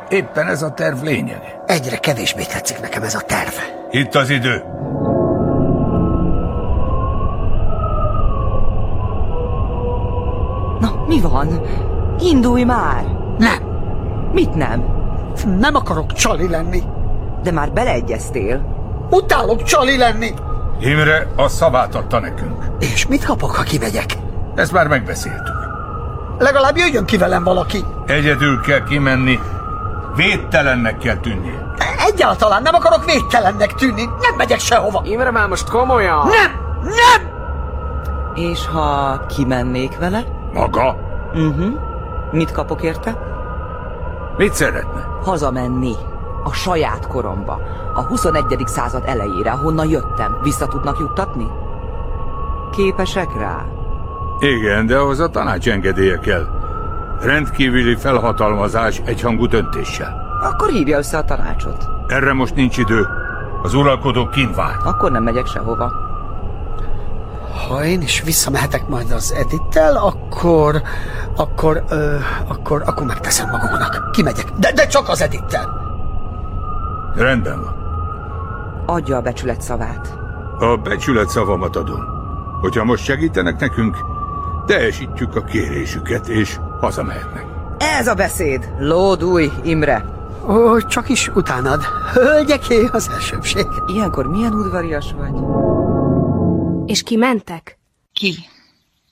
[SPEAKER 1] Éppen ez a terv lényege.
[SPEAKER 11] Egyre kevésbé tetszik nekem ez a terv.
[SPEAKER 1] Itt az idő.
[SPEAKER 8] Na, mi van? Indulj már!
[SPEAKER 11] Nem!
[SPEAKER 8] Mit nem?
[SPEAKER 11] Nem akarok csali lenni.
[SPEAKER 8] De már beleegyeztél.
[SPEAKER 11] Utálok csali lenni.
[SPEAKER 1] Imre a szavát adta nekünk.
[SPEAKER 11] És mit kapok, ha kimegyek?
[SPEAKER 1] Ezt már megbeszéltük.
[SPEAKER 11] Legalább jöjjön ki velem valaki.
[SPEAKER 1] Egyedül kell kimenni, védtelennek kell tűnni.
[SPEAKER 11] Egyáltalán nem akarok védtelennek tűnni. Nem megyek sehova.
[SPEAKER 25] Imre már most komolyan?
[SPEAKER 11] Nem!
[SPEAKER 8] És ha kimennék vele?
[SPEAKER 1] Maga?
[SPEAKER 8] Uh-huh. Mit kapok érte?
[SPEAKER 1] Mit szeretne?
[SPEAKER 8] Hazamenni. A saját koromba. A 21. század elejére, honnan jöttem. Vissza tudnak juttatni? Képesek rá?
[SPEAKER 1] Igen, de ahhoz a tanács engedélye kell. Rendkívüli felhatalmazás egyhangú döntéssel.
[SPEAKER 8] Akkor hívja össze a tanácsot.
[SPEAKER 1] Erre most nincs idő. Az uralkodó kint vár.
[SPEAKER 8] Akkor nem megyek sehova.
[SPEAKER 11] Ha én is visszamehetek majd az Edittel, akkor... Akkor... Ö, akkor, akkor megteszem magamnak. Kimegyek. De, de csak az Edittel.
[SPEAKER 1] Rendben van.
[SPEAKER 8] Adja a becsület szavát.
[SPEAKER 1] A becsület szavamat adom. Hogyha most segítenek nekünk, teljesítjük a kérésüket, és hazamehetnek.
[SPEAKER 8] Ez a beszéd! Lódulj, Imre!
[SPEAKER 11] Ó, csak is utánad. Hölgyeké az elsőbség.
[SPEAKER 8] Ilyenkor milyen udvarias vagy?
[SPEAKER 6] És kimentek?
[SPEAKER 15] Ki?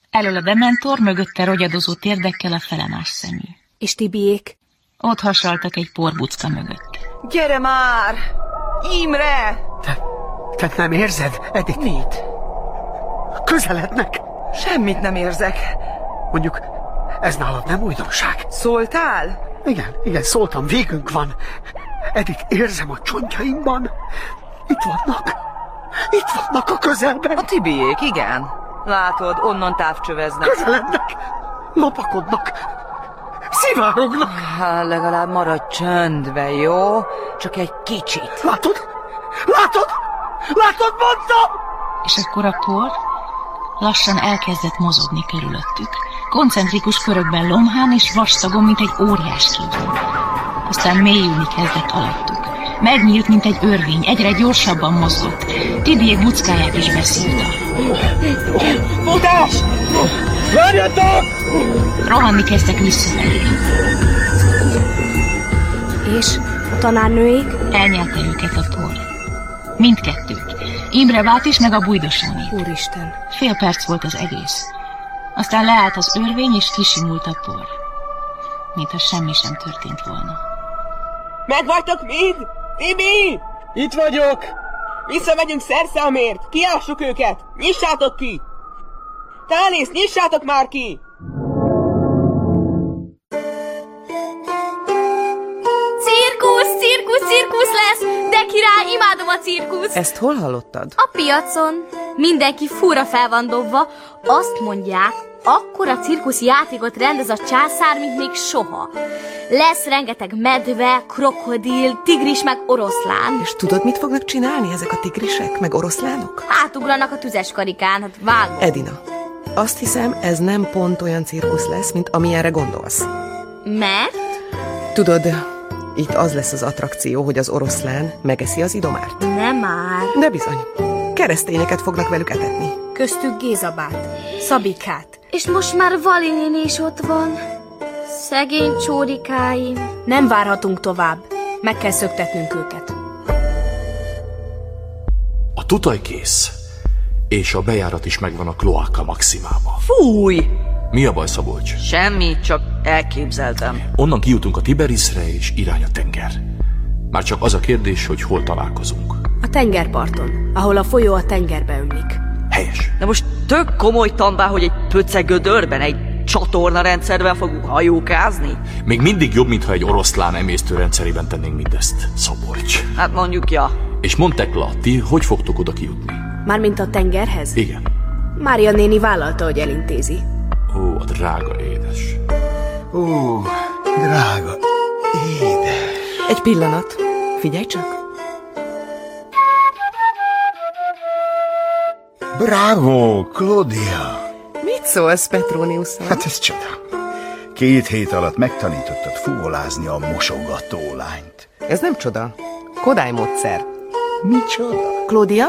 [SPEAKER 15] Elől a dementor, mögötte rogyadozó térdekkel a felemás szemű.
[SPEAKER 6] És Tibiék?
[SPEAKER 15] Ott hasaltak egy porbucka mögött.
[SPEAKER 8] Gyere már! Imre!
[SPEAKER 11] Te nem érzed, Edith?
[SPEAKER 8] Mit?
[SPEAKER 11] Közelednek.
[SPEAKER 8] Semmit nem érzek.
[SPEAKER 11] Mondjuk, ez nálad nem újdonság.
[SPEAKER 8] Szóltál?
[SPEAKER 11] Igen, igen, szóltam, végünk van. Edith, érzem a csontjaimban. Itt vannak. Itt vannak a közelben.
[SPEAKER 8] A Tibiék, igen. Látod, onnan távcsöveznek.
[SPEAKER 11] Közelednek. Lopakodnak. Szivárognak.
[SPEAKER 8] Hát legalább maradj csöndbe, jó? Csak egy kicsit.
[SPEAKER 11] Látod? Látod? Látod, mondtam!
[SPEAKER 15] És akkor a por lassan elkezdett mozogni körülöttük. Koncentrikus körökben lomhán és vastagon, mint egy óriás kígyó. Aztán mélyülni kezdett alattuk. Megnyílt, mint egy örvény, egyre gyorsabban mozgott. Tibiék buckáját is beszívta.
[SPEAKER 11] Futás! Várjatok!
[SPEAKER 15] Rohanni kezdtek visszafelé.
[SPEAKER 6] És a tanárnőik?
[SPEAKER 15] Elnyelte őket a por. Mindkettőt. Imre vált is, meg a bújdosónét.
[SPEAKER 6] Úristen.
[SPEAKER 15] Fél perc volt az egész. Aztán leállt az örvény, és kisimult a por. Mintha semmi sem történt volna.
[SPEAKER 16] Megvagytok mind? Tibi!
[SPEAKER 11] Itt vagyok!
[SPEAKER 16] Visszamegyünk szerszámért! Kiássuk őket! Nyissátok ki! Tálész, nyissátok már ki!
[SPEAKER 19] Cirkusz, cirkusz, cirkusz lesz! De király, imádom a cirkusz!
[SPEAKER 8] Ezt hol hallottad?
[SPEAKER 19] A piacon mindenki fura fel van dobva, azt mondják, akkora cirkuszi játékot rendez a császár, mint még soha. Lesz rengeteg medve, krokodil, tigris meg oroszlán.
[SPEAKER 4] És tudod, mit fognak csinálni ezek a tigrisek, meg oroszlánok?
[SPEAKER 19] Átugranak a tüzes karikán, hát vágó.
[SPEAKER 4] Edina, azt hiszem, ez nem pont olyan cirkusz lesz, mint amilyenre gondolsz.
[SPEAKER 19] Mert?
[SPEAKER 4] Tudod, itt az lesz az attrakció, hogy az oroszlán megeszi az idomárt.
[SPEAKER 19] Nem már.
[SPEAKER 4] De bizony, keresztényeket fognak velük etetni.
[SPEAKER 6] Köztük Gézabát, Szabikát.
[SPEAKER 19] És most már Vali néni is ott van. Szegény csórikáim.
[SPEAKER 6] Nem várhatunk tovább. Meg kell szöktetnünk őket.
[SPEAKER 23] A tutaj kész, és a bejárat is megvan a kloáka maximába.
[SPEAKER 2] Fúj!
[SPEAKER 23] Mi a baj, Szabolcs?
[SPEAKER 2] Semmi, csak elképzeltem.
[SPEAKER 23] Onnan kijutunk a Tiberisre, és irány a tenger. Már csak az a kérdés, hogy hol találkozunk.
[SPEAKER 6] A tengerparton, ahol a folyó a tengerbe ömlik.
[SPEAKER 23] Helyes.
[SPEAKER 2] De most tök komoly tanvá, hogy egy pöcegödörben, egy csatorna rendszerben fogunk hajókázni?
[SPEAKER 23] Még mindig jobb, mintha egy oroszlán emésztőrendszerében tennénk mindezt, Szabolcs.
[SPEAKER 2] Hát mondjuk, ja.
[SPEAKER 23] És Montekla, ti hogy fogtok oda kijutni?
[SPEAKER 6] Mármint a tengerhez?
[SPEAKER 23] Igen.
[SPEAKER 6] Mária néni vállalta, hogy elintézi.
[SPEAKER 23] Ó, a drága édes.
[SPEAKER 25] Ó,
[SPEAKER 4] Drága, édes. Egy pillanat. Figyelj csak.
[SPEAKER 26] Bravo, Claudia!
[SPEAKER 4] Mit szólsz, Szóval Petronius?
[SPEAKER 26] Hát ez csoda. Két hét alatt megtanítottad fuvolázni a mosogató lányt.
[SPEAKER 4] Ez nem csoda. Kodály módszer.
[SPEAKER 26] Micsoda?
[SPEAKER 4] Claudia?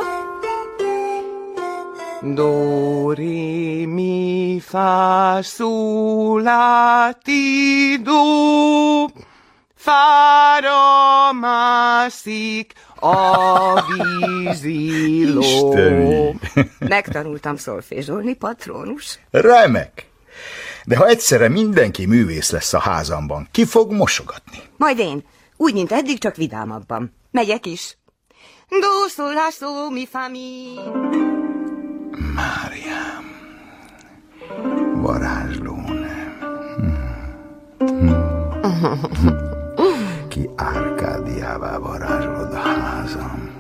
[SPEAKER 4] Do, re, mi, fa, su, la, ti, do, fa, ra, ma, szik, a, víziló.
[SPEAKER 26] Isteni.
[SPEAKER 8] Megtanultam szolfézsolni, patronus.
[SPEAKER 26] Remek! De ha egyszerre mindenki művész lesz a házamban, ki fog mosogatni?
[SPEAKER 8] Majd én, úgy, mint eddig, csak vidámabban. Megyek is. Do, sol, la, so, mi, fa, mi.
[SPEAKER 26] Varázslónő. Ki Árkádiává varázsolod a házam.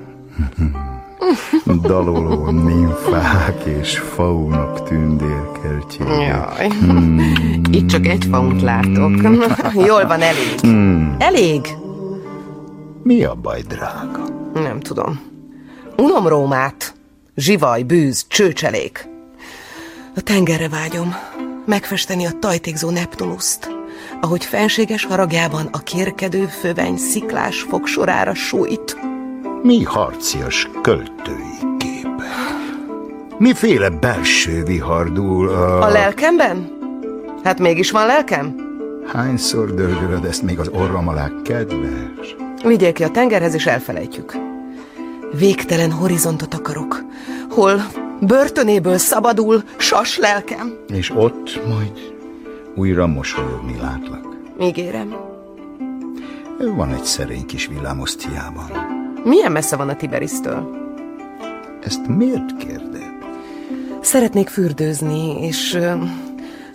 [SPEAKER 26] Daloló nymfák és faunok tündérkertjének.
[SPEAKER 4] Jaj.
[SPEAKER 26] Hmm.
[SPEAKER 4] Itt csak egy faunt látok. Jól van, elég.
[SPEAKER 26] Hmm.
[SPEAKER 4] Elég?
[SPEAKER 26] Mi a baj, drága?
[SPEAKER 4] Nem tudom. Unom Rómát. Zsivaj, bűz, csőcselék. A tengerre vágyom. Megfesteni a tajtékzó Neptunuszt. Ahogy felséges haragjában a kérkedő föveny sziklás fogsorára sújt.
[SPEAKER 26] Mi harcias költői képe? Miféle belső vihardul a...
[SPEAKER 4] A lelkemben? Hát mégis van lelkem?
[SPEAKER 26] Hányszor dörgölöd ezt még az orrom alá, kedves?
[SPEAKER 4] Vigyél ki a tengerhez és elfelejtjük. Végtelen horizontot akarok, hol börtönéből szabadul sas lelkem.
[SPEAKER 26] És ott majd újra mosolyogni látlak.
[SPEAKER 4] Ígérem.
[SPEAKER 26] Van egy szerény kis villámosztiában.
[SPEAKER 4] Milyen messze van a Tiberisztől?
[SPEAKER 26] Ezt miért kérdez?
[SPEAKER 4] Szeretnék fürdőzni, és ö,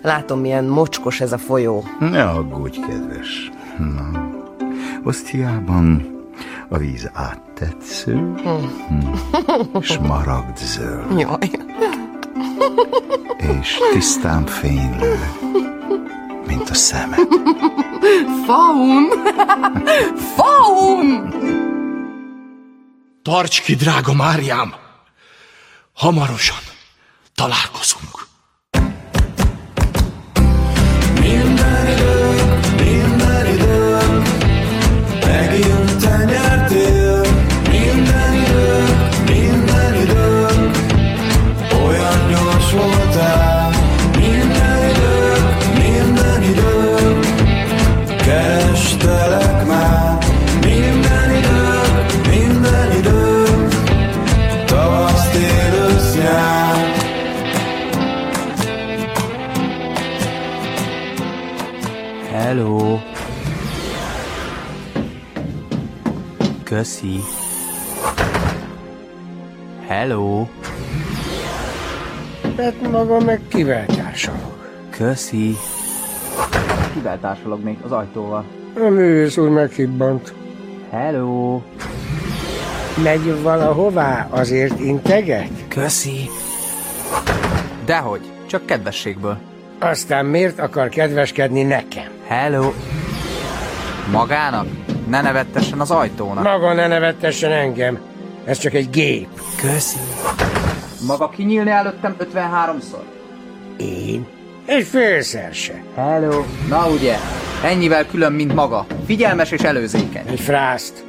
[SPEAKER 4] látom, milyen mocskos ez a folyó.
[SPEAKER 26] Ne aggódj, kedves. Na, osztiában a víz áttetsző, hm, smaragd zöld
[SPEAKER 4] Jaj.
[SPEAKER 26] és tisztán fénylő, mint a szeme.
[SPEAKER 4] Faun! Faun!
[SPEAKER 23] Tarts ki, drága Máriám! Hamarosan találkozunk.
[SPEAKER 7] Minden idők, megint te nyertél. Minden idők, minden idők, olyan gyors voltál. Minden idők, minden idők, kerestelek már. Minden idők, minden idők, tavasz, tél, ősz, nyár.
[SPEAKER 8] Hello. Köszi. Hello.
[SPEAKER 12] Hát maga meg kivel társalog?
[SPEAKER 8] Köszi. Kivel társalog még az ajtóval?
[SPEAKER 12] A művész úr meghibbant.
[SPEAKER 8] Hello.
[SPEAKER 12] Megy valahová, azért integet?
[SPEAKER 8] Köszi. Dehogy, csak kedvességből.
[SPEAKER 12] Aztán miért akar kedveskedni nekem?
[SPEAKER 8] Hello. Magának? Ne nevettessen az ajtónak.
[SPEAKER 12] Maga ne nevettessen engem. Ez csak egy gép.
[SPEAKER 8] Köszi. Maga kinyílni előttem 53-szor.
[SPEAKER 12] Én? És félszer se.
[SPEAKER 8] Hello. Na ugye, ennyivel külön, mint maga. Figyelmes és előzékeny.
[SPEAKER 12] Egy frászt.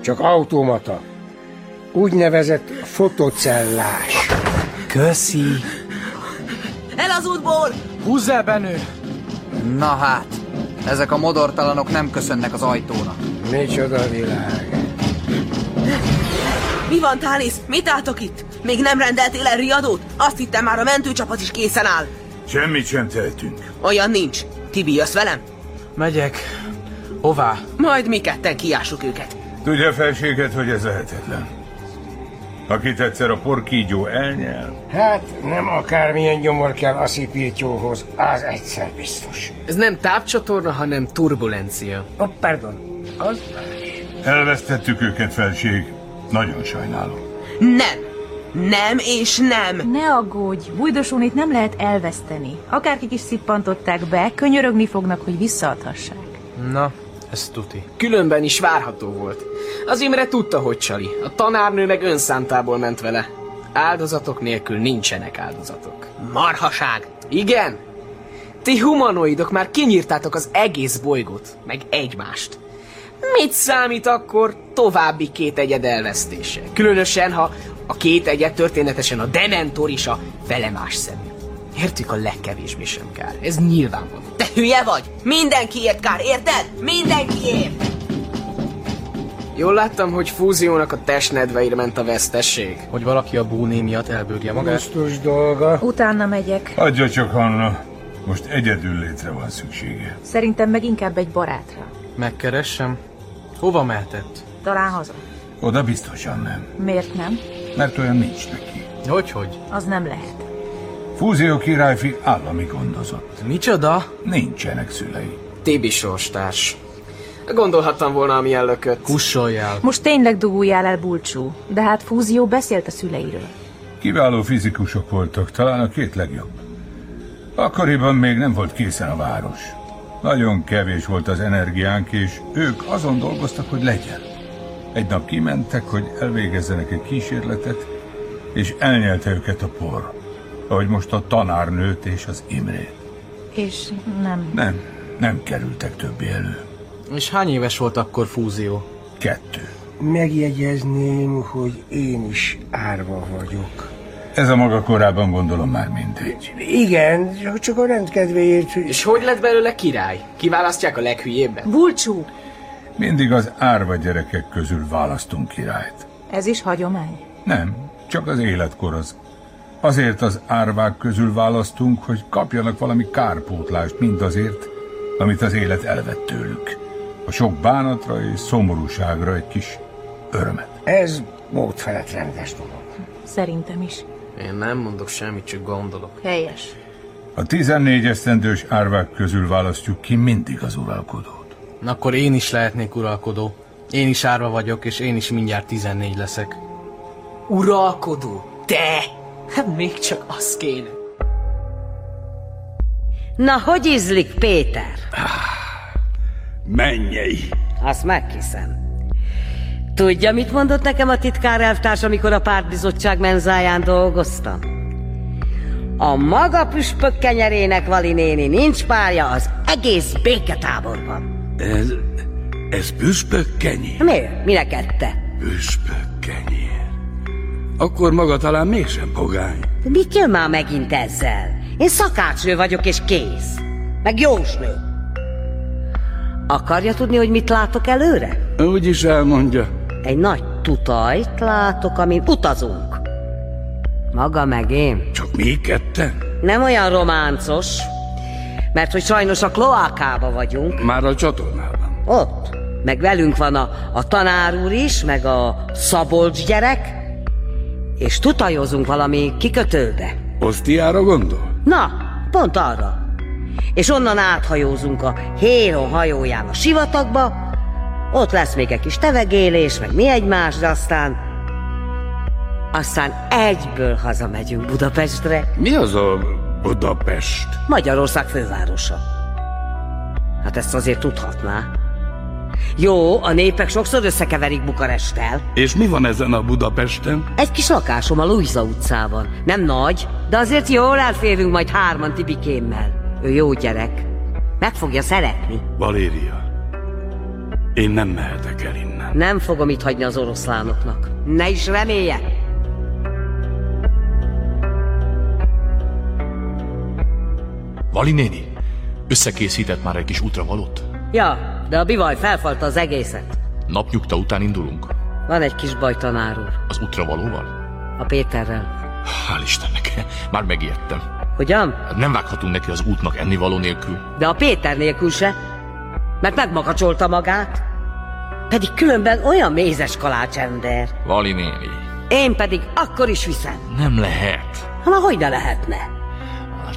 [SPEAKER 12] Csak automata. Úgynevezett fotocellás.
[SPEAKER 8] Köszi. El az útból! Húzz el, Benő! Na hát, ezek a modortalanok nem köszönnek az ajtónak.
[SPEAKER 12] Micsoda világ.
[SPEAKER 16] Mi van, Tálisz? Mit álltok itt? Még nem rendeltél el riadót? Azt hittem már a mentőcsapat is készen áll.
[SPEAKER 1] Semmit sem tehetünk.
[SPEAKER 16] Olyan nincs. Tibi, jössz velem?
[SPEAKER 8] Megyek. Hová?
[SPEAKER 16] Majd mi ketten kiássuk őket.
[SPEAKER 1] Tudja felséget, hogy ez lehetetlen. Akit egyszer a porkígyó elnyel,
[SPEAKER 12] Hát nem akármilyen gyomor kell a szipírtyóhoz, az egyszer biztos.
[SPEAKER 27] Ez nem tápcsatorna, hanem turbulencia.
[SPEAKER 12] Ó, oh, pardon. Az?
[SPEAKER 1] elvesztettük őket, felség. Nagyon sajnálom.
[SPEAKER 16] Nem! Nem és nem!
[SPEAKER 15] Ne aggódj, bújdosónit nem lehet elveszteni. Akárkik is szippantották be, könyörögni fognak, hogy visszaadhassák.
[SPEAKER 12] Na, ez tuti. Különben is várható volt. Az Imre tudta, hogy csali. A tanárnő meg önszántából ment vele. Áldozatok nélkül nincsenek áldozatok. Marhaság! Igen! Ti humanoidok már kinyírtátok az egész bolygót, meg egymást. Mit számít akkor további két egyed elvesztése? Különösen, ha a két egyed történetesen a Dementor is a felemás szemű. Értük a legkevésbé sem kár. Ez nyilvánvaló.
[SPEAKER 16] Te hülye vagy? Mindenkiért kár, érted? Mindenkiért!
[SPEAKER 12] Jól láttam, hogy fúziónak a testnedveire ment a vesztesség. Hogy valaki a búné miatt elbőrje
[SPEAKER 28] Gusztus dolga.
[SPEAKER 15] Utána megyek.
[SPEAKER 1] Adja csak, Hanna. Most egyedül létre van szüksége.
[SPEAKER 15] Szerintem meg inkább egy barátra.
[SPEAKER 12] Megkeressem. Hova mehetett?
[SPEAKER 15] Talán haza.
[SPEAKER 1] Oda biztosan nem,
[SPEAKER 15] Miért nem?
[SPEAKER 1] mert olyan nincs neki.
[SPEAKER 12] Hogyhogy?
[SPEAKER 15] Az nem lehet.
[SPEAKER 1] Fúzió királyfi állami gondozott.
[SPEAKER 12] Micsoda?
[SPEAKER 1] Nincsenek szülei.
[SPEAKER 12] Tibi sorstárs. Gondolhattam volna, ami ellökött. Hussolj el.
[SPEAKER 15] Most tényleg duguljál el, Bulcsú. De hát Fúzió beszélt a szüleiről.
[SPEAKER 1] Kiváló fizikusok voltak, talán a két legjobb. Akkoriban még nem volt készen a város. Nagyon kevés volt az energiánk, és ők azon dolgoztak, hogy legyen. Egy nap kimentek, hogy elvégezzenek egy kísérletet, és elnyelte őket a por, ahogy most a tanárnőt és az Imrét.
[SPEAKER 15] És nem.
[SPEAKER 1] Nem, nem kerültek többé elő.
[SPEAKER 12] És hány éves volt akkor fúzió?
[SPEAKER 1] Kettő.
[SPEAKER 28] Megjegyezném, hogy én is árva vagyok.
[SPEAKER 1] Ez a maga korában gondolom már mindegy.
[SPEAKER 28] Igen, csak a rendkedvéért.
[SPEAKER 12] És hogy lett belőle király? Kiválasztják a leghülyébbet?
[SPEAKER 15] Bulcsú!
[SPEAKER 1] Mindig az árva gyerekek közül választunk királyt.
[SPEAKER 15] Ez is hagyomány.
[SPEAKER 1] Nem, csak az életkor az. Azért az árvák közül választunk, hogy kapjanak valami kárpótlást mindazért, amit az élet elvett tőlük. A sok bánatra és szomorúságra egy kis örömet.
[SPEAKER 28] Ez mód felett rendes dolog.
[SPEAKER 15] Szerintem is.
[SPEAKER 12] Én nem mondok semmit, csak gondolok.
[SPEAKER 15] Helyes.
[SPEAKER 1] A 14 esztendős árvák közül választjuk ki mindig az uralkodót.
[SPEAKER 12] Na akkor én is lehetnék uralkodó. Én is árva vagyok, és én is mindjárt 14 leszek. Uralkodó? Te! Hát még csak az kéne.
[SPEAKER 14] Na, hogy ízlik, Péter?
[SPEAKER 24] Menjei!
[SPEAKER 14] Azt meghiszem. Tudja, mit mondott nekem a titkár elvtárs, amikor a pártbizottság menzáján dolgoztam? A maga püspök kenyerének Vali néni nincs párja az egész béketáborban.
[SPEAKER 24] Ez, ez püspök kenyér?
[SPEAKER 14] Miért? Minek ette?
[SPEAKER 24] Püspök kenyér. Akkor maga talán mégsem pogány.
[SPEAKER 14] De Mit jön már megint ezzel? Én szakácsnő vagyok és kész. Meg jósnő. Akarja tudni, hogy mit látok előre?
[SPEAKER 24] Úgy is elmondja.
[SPEAKER 14] Egy nagy tutajt látok, amin utazunk. Maga meg én.
[SPEAKER 24] Csak mi ketten?
[SPEAKER 14] Nem olyan románcos, mert hogy sajnos a kloákába vagyunk.
[SPEAKER 24] Már a csatornában.
[SPEAKER 14] Ott. Meg velünk van a, a tanár úr is, meg a Szabolcs gyerek, és tutajozunk valami kikötőbe.
[SPEAKER 24] Osztiára gondol?
[SPEAKER 14] Na, pont arra. És onnan áthajózunk a Héron hajóján a sivatagba, ott lesz még egy kis tevegélés, meg mi egymás, de aztán... Aztán egyből hazamegyünk Budapestre,
[SPEAKER 24] Mi az a Budapest?
[SPEAKER 14] Magyarország fővárosa. Hát ezt azért tudhatná. Jó, a népek sokszor összekeverik Bukaresttel.
[SPEAKER 24] És mi van ezen a Budapesten?
[SPEAKER 14] Egy kis lakásom a Luisa utcában. Nem nagy, de azért jól elférünk majd hárman Tibikémmel. Ő jó gyerek. Meg fogja szeretni.
[SPEAKER 24] Valéria, én nem mehetek el innen.
[SPEAKER 14] Nem fogom itt hagyni az oroszlánoknak. Ne is remélje!
[SPEAKER 23] Vali néni, összekészített már egy kis útravalót?
[SPEAKER 14] Ja, de a bivaj felfalta az egészet.
[SPEAKER 23] Napnyugta után indulunk.
[SPEAKER 14] Van egy kis baj, tanár úr.
[SPEAKER 23] Az útravalóval?
[SPEAKER 14] A Péterrel.
[SPEAKER 23] Hál' Istennek, már megijedtem. Hát
[SPEAKER 14] Hogyan?
[SPEAKER 23] Nem vághatunk neki az útnak ennivaló nélkül.
[SPEAKER 14] De a Péter nélkül se. Mert megmakacsolta magát. Pedig különben olyan mézes kalácsember.
[SPEAKER 23] Vali néni,
[SPEAKER 14] Én pedig akkor is viszem.
[SPEAKER 23] nem lehet. Hát
[SPEAKER 14] Ha hogy ne lehetne?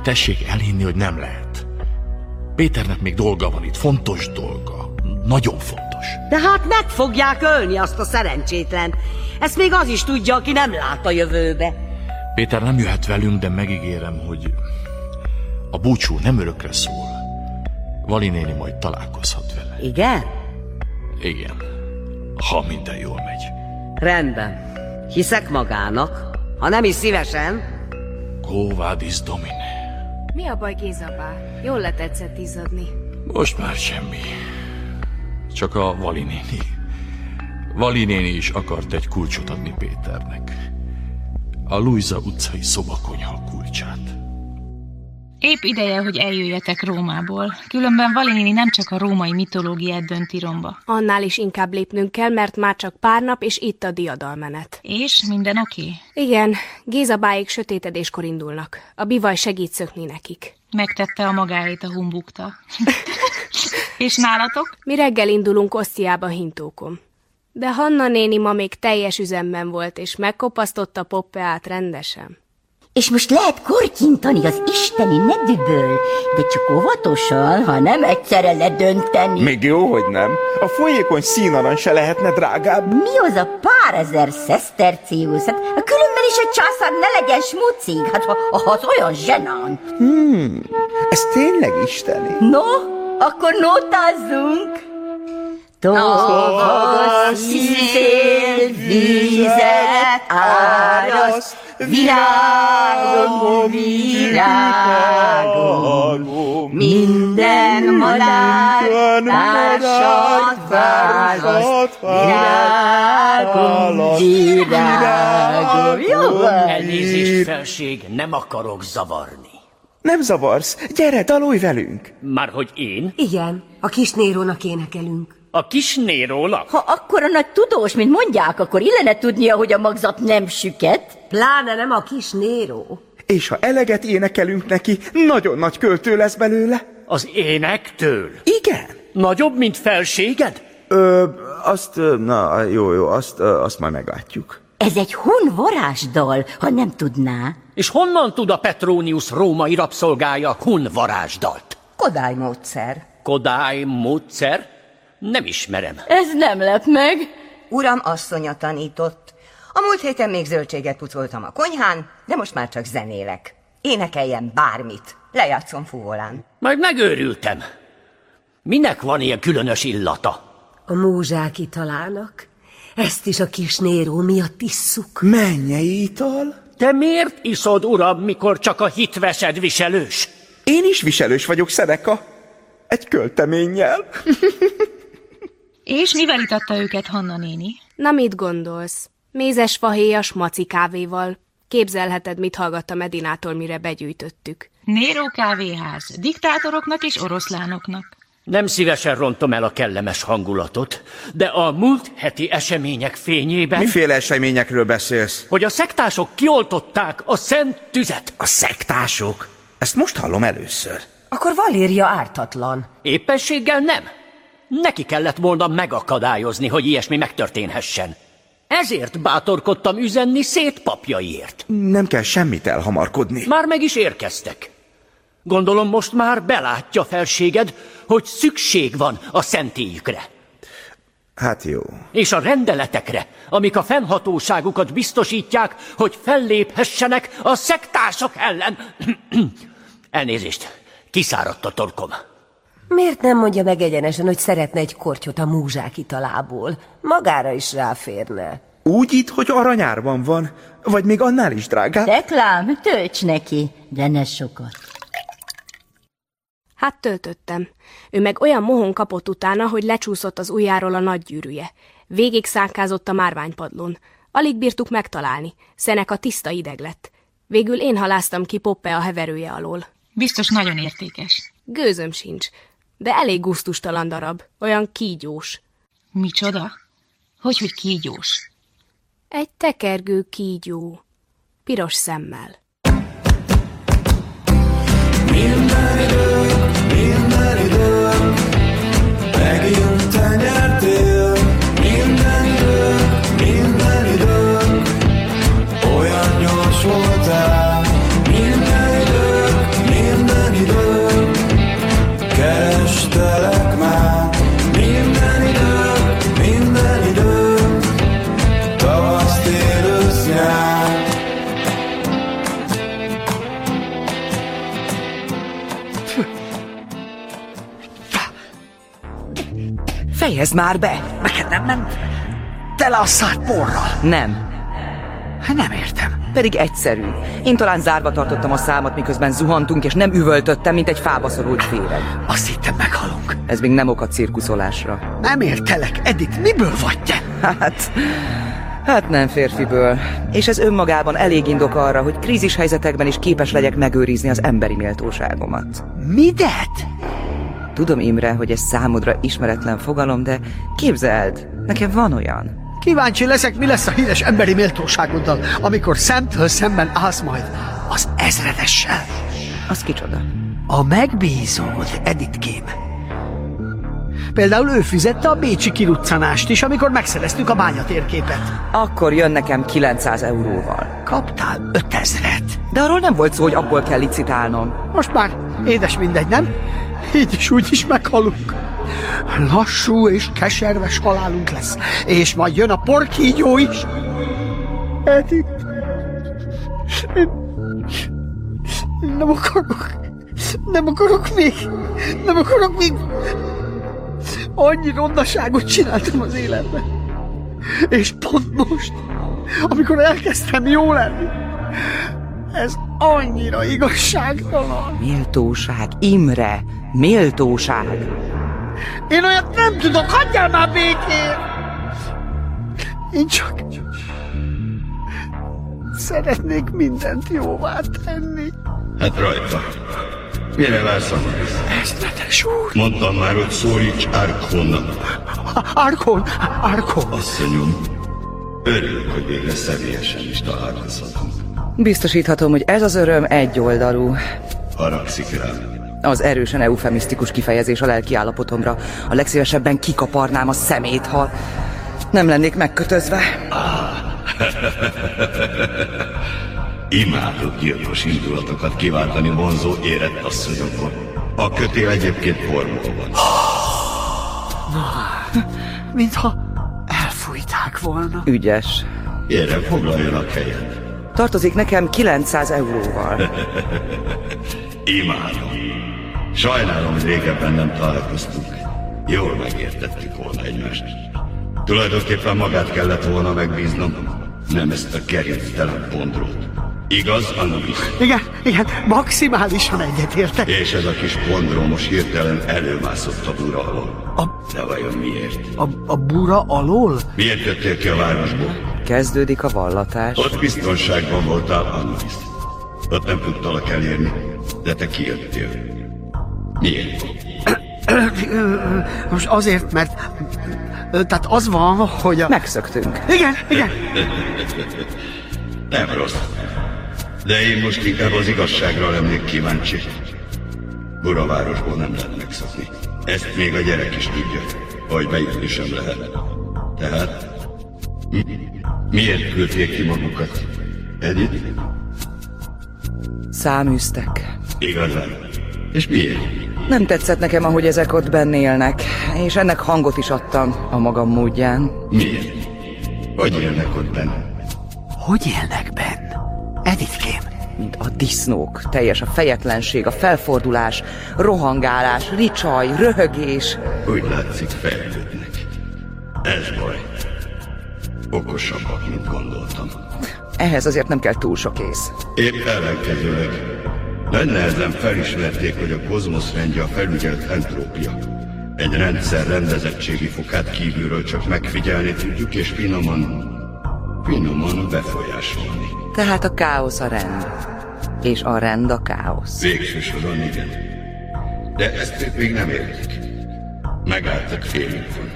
[SPEAKER 23] Tessék elhinni, hogy nem lehet. Péternek még dolga van itt, fontos dolga. Nagyon fontos.
[SPEAKER 14] De hát meg fogják ölni azt a szerencsétlen. Ezt még az is tudja, aki nem lát a jövőbe.
[SPEAKER 23] Péter nem jöhet velünk, de megígérem, hogy a búcsú nem örökre szól. Vali néni majd találkozhat vele.
[SPEAKER 29] Igen?
[SPEAKER 23] Igen, ha minden jól megy.
[SPEAKER 29] Rendben. Hiszek magának. Ha nem is szívesen.
[SPEAKER 23] Quo vadis domine.
[SPEAKER 6] Mi a baj Gézabá? Jól letetszett izzadni.
[SPEAKER 23] Most már semmi. Csak a Vali néni. Vali néni is akart egy kulcsot adni Péternek. A Luisa utcai szobakonyha kulcsát.
[SPEAKER 15] Épp ideje, hogy eljöjjetek Rómából. Különben Valinini nem csak a római mitológiát dönti romba.
[SPEAKER 6] Annál is inkább lépnünk kell, mert már csak pár nap, és itt a diadalmenet.
[SPEAKER 15] És minden oké?
[SPEAKER 6] Igen, Gézabáig sötétedéskor indulnak. A bivaj segít szökni nekik.
[SPEAKER 15] Megtette a magáét a humbukta. és nálatok?
[SPEAKER 6] Mi reggel indulunk Osztiába hintókom. De Hanna néni ma még teljes üzemben volt, és megkopasztotta Poppeát rendesen.
[SPEAKER 30] És most lehet kortyintani az isteni nedűből, de csak óvatosan, ha nem egyszerre ledönteni.
[SPEAKER 22] Még jó, hogy nem. A folyékony színarany se lehetne drágább.
[SPEAKER 30] Mi az a pár ezer szeszterciusz? Hát különben is a császár ne legyen smucig, hát ha, ha az olyan zsenán.
[SPEAKER 22] Hmm, ez tényleg isteni.
[SPEAKER 30] No, akkor nótázzunk.
[SPEAKER 7] Tovas szél vizet áraszt, virágom, virágom, minden madár társad fáraszt, virágom, virágom. Jó van!
[SPEAKER 20] Elnézést, felség, nem akarok zavarni.
[SPEAKER 22] Nem zavarsz, gyere, dalolj velünk.
[SPEAKER 20] Márhogy én?
[SPEAKER 30] Igen, a kis Nérónak énekelünk.
[SPEAKER 20] A kis Nérónak?
[SPEAKER 30] Ha akkora nagy tudós, mint mondják, akkor illene tudnia, hogy a magzat nem süket. Pláne nem a kis Néró.
[SPEAKER 22] És ha eleget énekelünk neki, nagyon nagy költő lesz belőle.
[SPEAKER 20] Az énektől?
[SPEAKER 22] Igen.
[SPEAKER 20] Nagyobb, mint felséged?
[SPEAKER 22] Ö, azt, ö, na jó, jó, azt, ö, azt majd meglátjuk.
[SPEAKER 30] Ez egy hunvarásdal, ha nem tudná.
[SPEAKER 20] És honnan tud a Petronius római rabszolgája hun varázsdalt?
[SPEAKER 30] Kodály módszer.
[SPEAKER 20] Kodály módszer? Nem ismerem.
[SPEAKER 30] Ez nem lep meg.
[SPEAKER 14] Uram asszonya tanított. A múlt héten még zöldséget pucoltam a konyhán, de most már csak zenélek. Énekeljen bármit. Lejátszom fúvolán.
[SPEAKER 20] Majd megőrültem. Minek van ilyen különös illata?
[SPEAKER 30] A múzsák italának. Ezt is a kis Néró miatt isszuk.
[SPEAKER 22] Mennyei ital?
[SPEAKER 20] Te miért iszod, uram, mikor csak a hitvesed viselős?
[SPEAKER 22] Én is viselős vagyok, Szeneka. Egy költeménnyel.
[SPEAKER 15] És mivel itatta őket Hanna néni?
[SPEAKER 6] Na mit gondolsz? Mézes fahéjas maci kávéval. Képzelheted, mit hallgattam Edinától, mire begyűjtöttük.
[SPEAKER 15] Néró kávéház, diktátoroknak és oroszlánoknak.
[SPEAKER 20] Nem szívesen rontom el a kellemes hangulatot, de a múlt heti események fényében...
[SPEAKER 22] Miféle eseményekről beszélsz?
[SPEAKER 20] Hogy a szektások kioltották a szent tüzet.
[SPEAKER 22] A szektások? Ezt most hallom először.
[SPEAKER 20] Akkor Valéria ártatlan. Éppenséggel nem. Neki kellett volna megakadályozni, hogy ilyesmi megtörténhessen. Ezért bátorkodtam üzenni szét papjaiért.
[SPEAKER 22] Nem kell semmit elhamarkodni.
[SPEAKER 20] Már meg is érkeztek. Gondolom most már belátja felséged, hogy szükség van a szentélyükre.
[SPEAKER 22] Hát jó.
[SPEAKER 20] És a rendeletekre, amik a fennhatóságukat biztosítják, hogy felléphessenek a szektások ellen. Elnézést, kiszáradt a torkom.
[SPEAKER 21] Miért nem mondja meg egyenesen, hogy szeretne egy kortyot a múzsák italából? Magára is ráférne.
[SPEAKER 22] Úgy itt, hogy aranyárban van, vagy még annál is drágább.
[SPEAKER 30] Reklám, tölts neki, de ne sokat.
[SPEAKER 6] Hát töltöttem. Ő meg olyan mohon kapott utána, hogy lecsúszott az ujjáról a nagy gyűrűje. Végig szánkázott a márványpadlón. Alig bírtuk megtalálni. Szenek a tiszta ideg lett. Végül én haláztam ki Poppe a heverője alól.
[SPEAKER 15] Biztos nagyon értékes.
[SPEAKER 6] Gőzöm sincs, de elég gusztustalan darab, olyan kígyós.
[SPEAKER 15] Micsoda? Hogy, hogy kígyós?
[SPEAKER 6] Egy tekergő kígyó, piros szemmel.
[SPEAKER 7] Minden idők, minden idők, megint te nyertél. Minden idők, minden idők, olyan gyors voltál. Minden idők, minden idők, kerestelek már. Minden idők, minden idők, tavasz, tél, ősz, nyár.
[SPEAKER 11] Fejezd már be! Neked nem ment tele a szár porral?
[SPEAKER 8] Nem.
[SPEAKER 11] Hát nem értem.
[SPEAKER 8] Pedig egyszerű. Én talán zárva tartottam a számat, miközben zuhantunk, és nem üvöltöttem, mint egy fába szorult féreg.
[SPEAKER 11] Azt hittem meghalunk.
[SPEAKER 8] Ez még nem ok a cirkuszolásra.
[SPEAKER 11] Nem értelek, Edith, miből vagy te?
[SPEAKER 8] Hát... Hát nem férfiből. És ez önmagában elég indok arra, hogy krízis helyzetekben is képes legyek megőrizni az emberi méltóságomat.
[SPEAKER 11] Midet?
[SPEAKER 8] Tudom, Imre, hogy ez számodra ismeretlen fogalom, de képzeld, nekem van olyan.
[SPEAKER 11] Kíváncsi leszek, mi lesz a híres emberi méltóságoddal, amikor szemtől szemben állsz majd az ezredessel.
[SPEAKER 8] Az kicsoda?
[SPEAKER 11] A megbízód, Editkém. Például ő fizette a bécsi kiruccanást is, amikor megszereztük a bányatérképet.
[SPEAKER 8] Akkor jön nekem 900 euróval.
[SPEAKER 11] Kaptál 5000-et.
[SPEAKER 8] De arról nem volt szó, hogy abból kell licitálnom.
[SPEAKER 11] Most már édes mindegy, nem? Így is úgy is meghalunk. Lassú és keserves halálunk lesz. És majd jön a porkígyó is. Edith, én nem akarok, nem akarok még, nem akarok még. Annyi rondaságot csináltam az életben. És pont most, amikor elkezdtem jó lenni, ez annyira igazságtalan.
[SPEAKER 8] Méltóság, Imre, méltóság.
[SPEAKER 11] Én olyat nem tudok, hagyjál már békén! Én csak szeretnék mindent jóvá tenni.
[SPEAKER 10] Hát rajta. Mire lászom?
[SPEAKER 11] Ezt vetes úr!
[SPEAKER 10] Mondtam már, hogy szólíts Arkon.
[SPEAKER 11] Arkon! Arkon!
[SPEAKER 10] Asszonyom, örülök, hogy végre személyesen is találkozhatunk.
[SPEAKER 8] Biztosíthatom, hogy ez az öröm egyoldalú.
[SPEAKER 10] Haragszik rám.
[SPEAKER 8] Az erősen eufemisztikus kifejezés a lelki állapotomra. A legszívesebben kikaparnám a szemét, ha nem lennék megkötözve.
[SPEAKER 10] Imádok gyilkos indulatokat kiváltani vonzó érett asszonyokon. A kötél egyébként formol van.
[SPEAKER 11] Mintha elfújták volna.
[SPEAKER 8] Ügyes.
[SPEAKER 10] Gyere, foglaljanak helyet.
[SPEAKER 8] Tartozik nekem 900 euróval.
[SPEAKER 10] Imádom. Sajnálom, hogy régebben nem találkoztunk. Jól megértettük volna egymást. Tulajdonképpen magát kellett volna megbíznom, nem ezt a gerinctelen pondrót. Igaz, Anubis?
[SPEAKER 11] Igen, igen, maximálisan egyetértek.
[SPEAKER 10] És ez a kis pondró most hirtelen előmászott a bura alól. A... De vajon miért?
[SPEAKER 11] A, a bura alól?
[SPEAKER 10] Miért jöttél ki a városból?
[SPEAKER 8] Kezdődik a vallatás.
[SPEAKER 10] Ott biztonságban voltál, Anubis. Ott nem tudtalak elérni, de te kijöttél. Miért?
[SPEAKER 11] Most azért, mert... Tehát az van, hogy a...
[SPEAKER 8] Megszöktünk.
[SPEAKER 11] Igen, igen.
[SPEAKER 10] Nem rossz. De én most inkább az igazságra lennék kíváncsi. Buravárosból nem lehet megszokni. Ezt még a gyerek is tudja, hogy bejutni sem lehet. Tehát, mi- miért küldték ki magukat? Edith?
[SPEAKER 8] Száműztek.
[SPEAKER 10] Igazán. És miért?
[SPEAKER 8] Nem tetszett nekem, ahogy ezek ott benn élnek, és ennek hangot is adtam a magam módján.
[SPEAKER 10] Miért? Hogy élnek ott benne?
[SPEAKER 11] Hogy élnek benn? Editkém.
[SPEAKER 8] Mint a disznók, teljes a fejetlenség, a felfordulás, rohangálás, ricsaj, röhögés.
[SPEAKER 10] Úgy látszik fejlődnek. Ez baj. Okosabbak, mint gondoltam.
[SPEAKER 8] Ehhez azért nem kell túl sok ész.
[SPEAKER 10] Épp ellenkezőleg. Lenne ezen felismerték, hogy a kozmosz rendje a felügyelt entrópia. Egy rendszer rendezettségi fokát kívülről csak megfigyelni tudjuk, és finoman, finoman befolyásolni.
[SPEAKER 8] Tehát a káosz a rend. És a rend a káosz.
[SPEAKER 10] Végső soron igen. De ezt ők még nem értik. Megálltak félünkön.